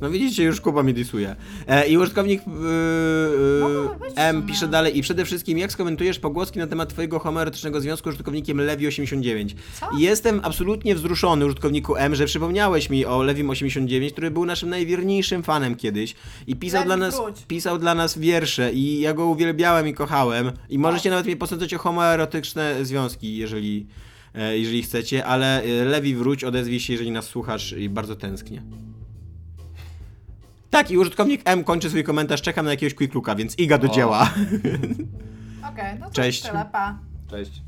No widzicie, już Kuba mnie dysuje. E, I użytkownik
No,
yy,
Mogłoby być w
M
sumie.
pisze dalej i przede wszystkim jak skomentujesz pogłoski na temat twojego homoerotycznego związku z użytkownikiem Lewi89?
Co?
Jestem absolutnie wzruszony użytkowniku M, że przypomniałeś mi o Lewim89, który był naszym najwierniejszym fanem kiedyś i pisał
Lewi,
dla nas
wróć.
pisał dla nas wiersze i ja go uwielbiałem i kochałem i
Tak.
możecie nawet mnie posądzać o homoerotyczne związki, jeżeli e, jeżeli chcecie, ale e, Lewi wróć, odezwij się, jeżeli nas słuchasz i bardzo tęsknię. Tak, i użytkownik M kończy swój komentarz, czekam na jakiegoś quick looka, więc Iga do
O.
dzieła.
Okej, no to
Cześć.
tyle, pa.
Cześć.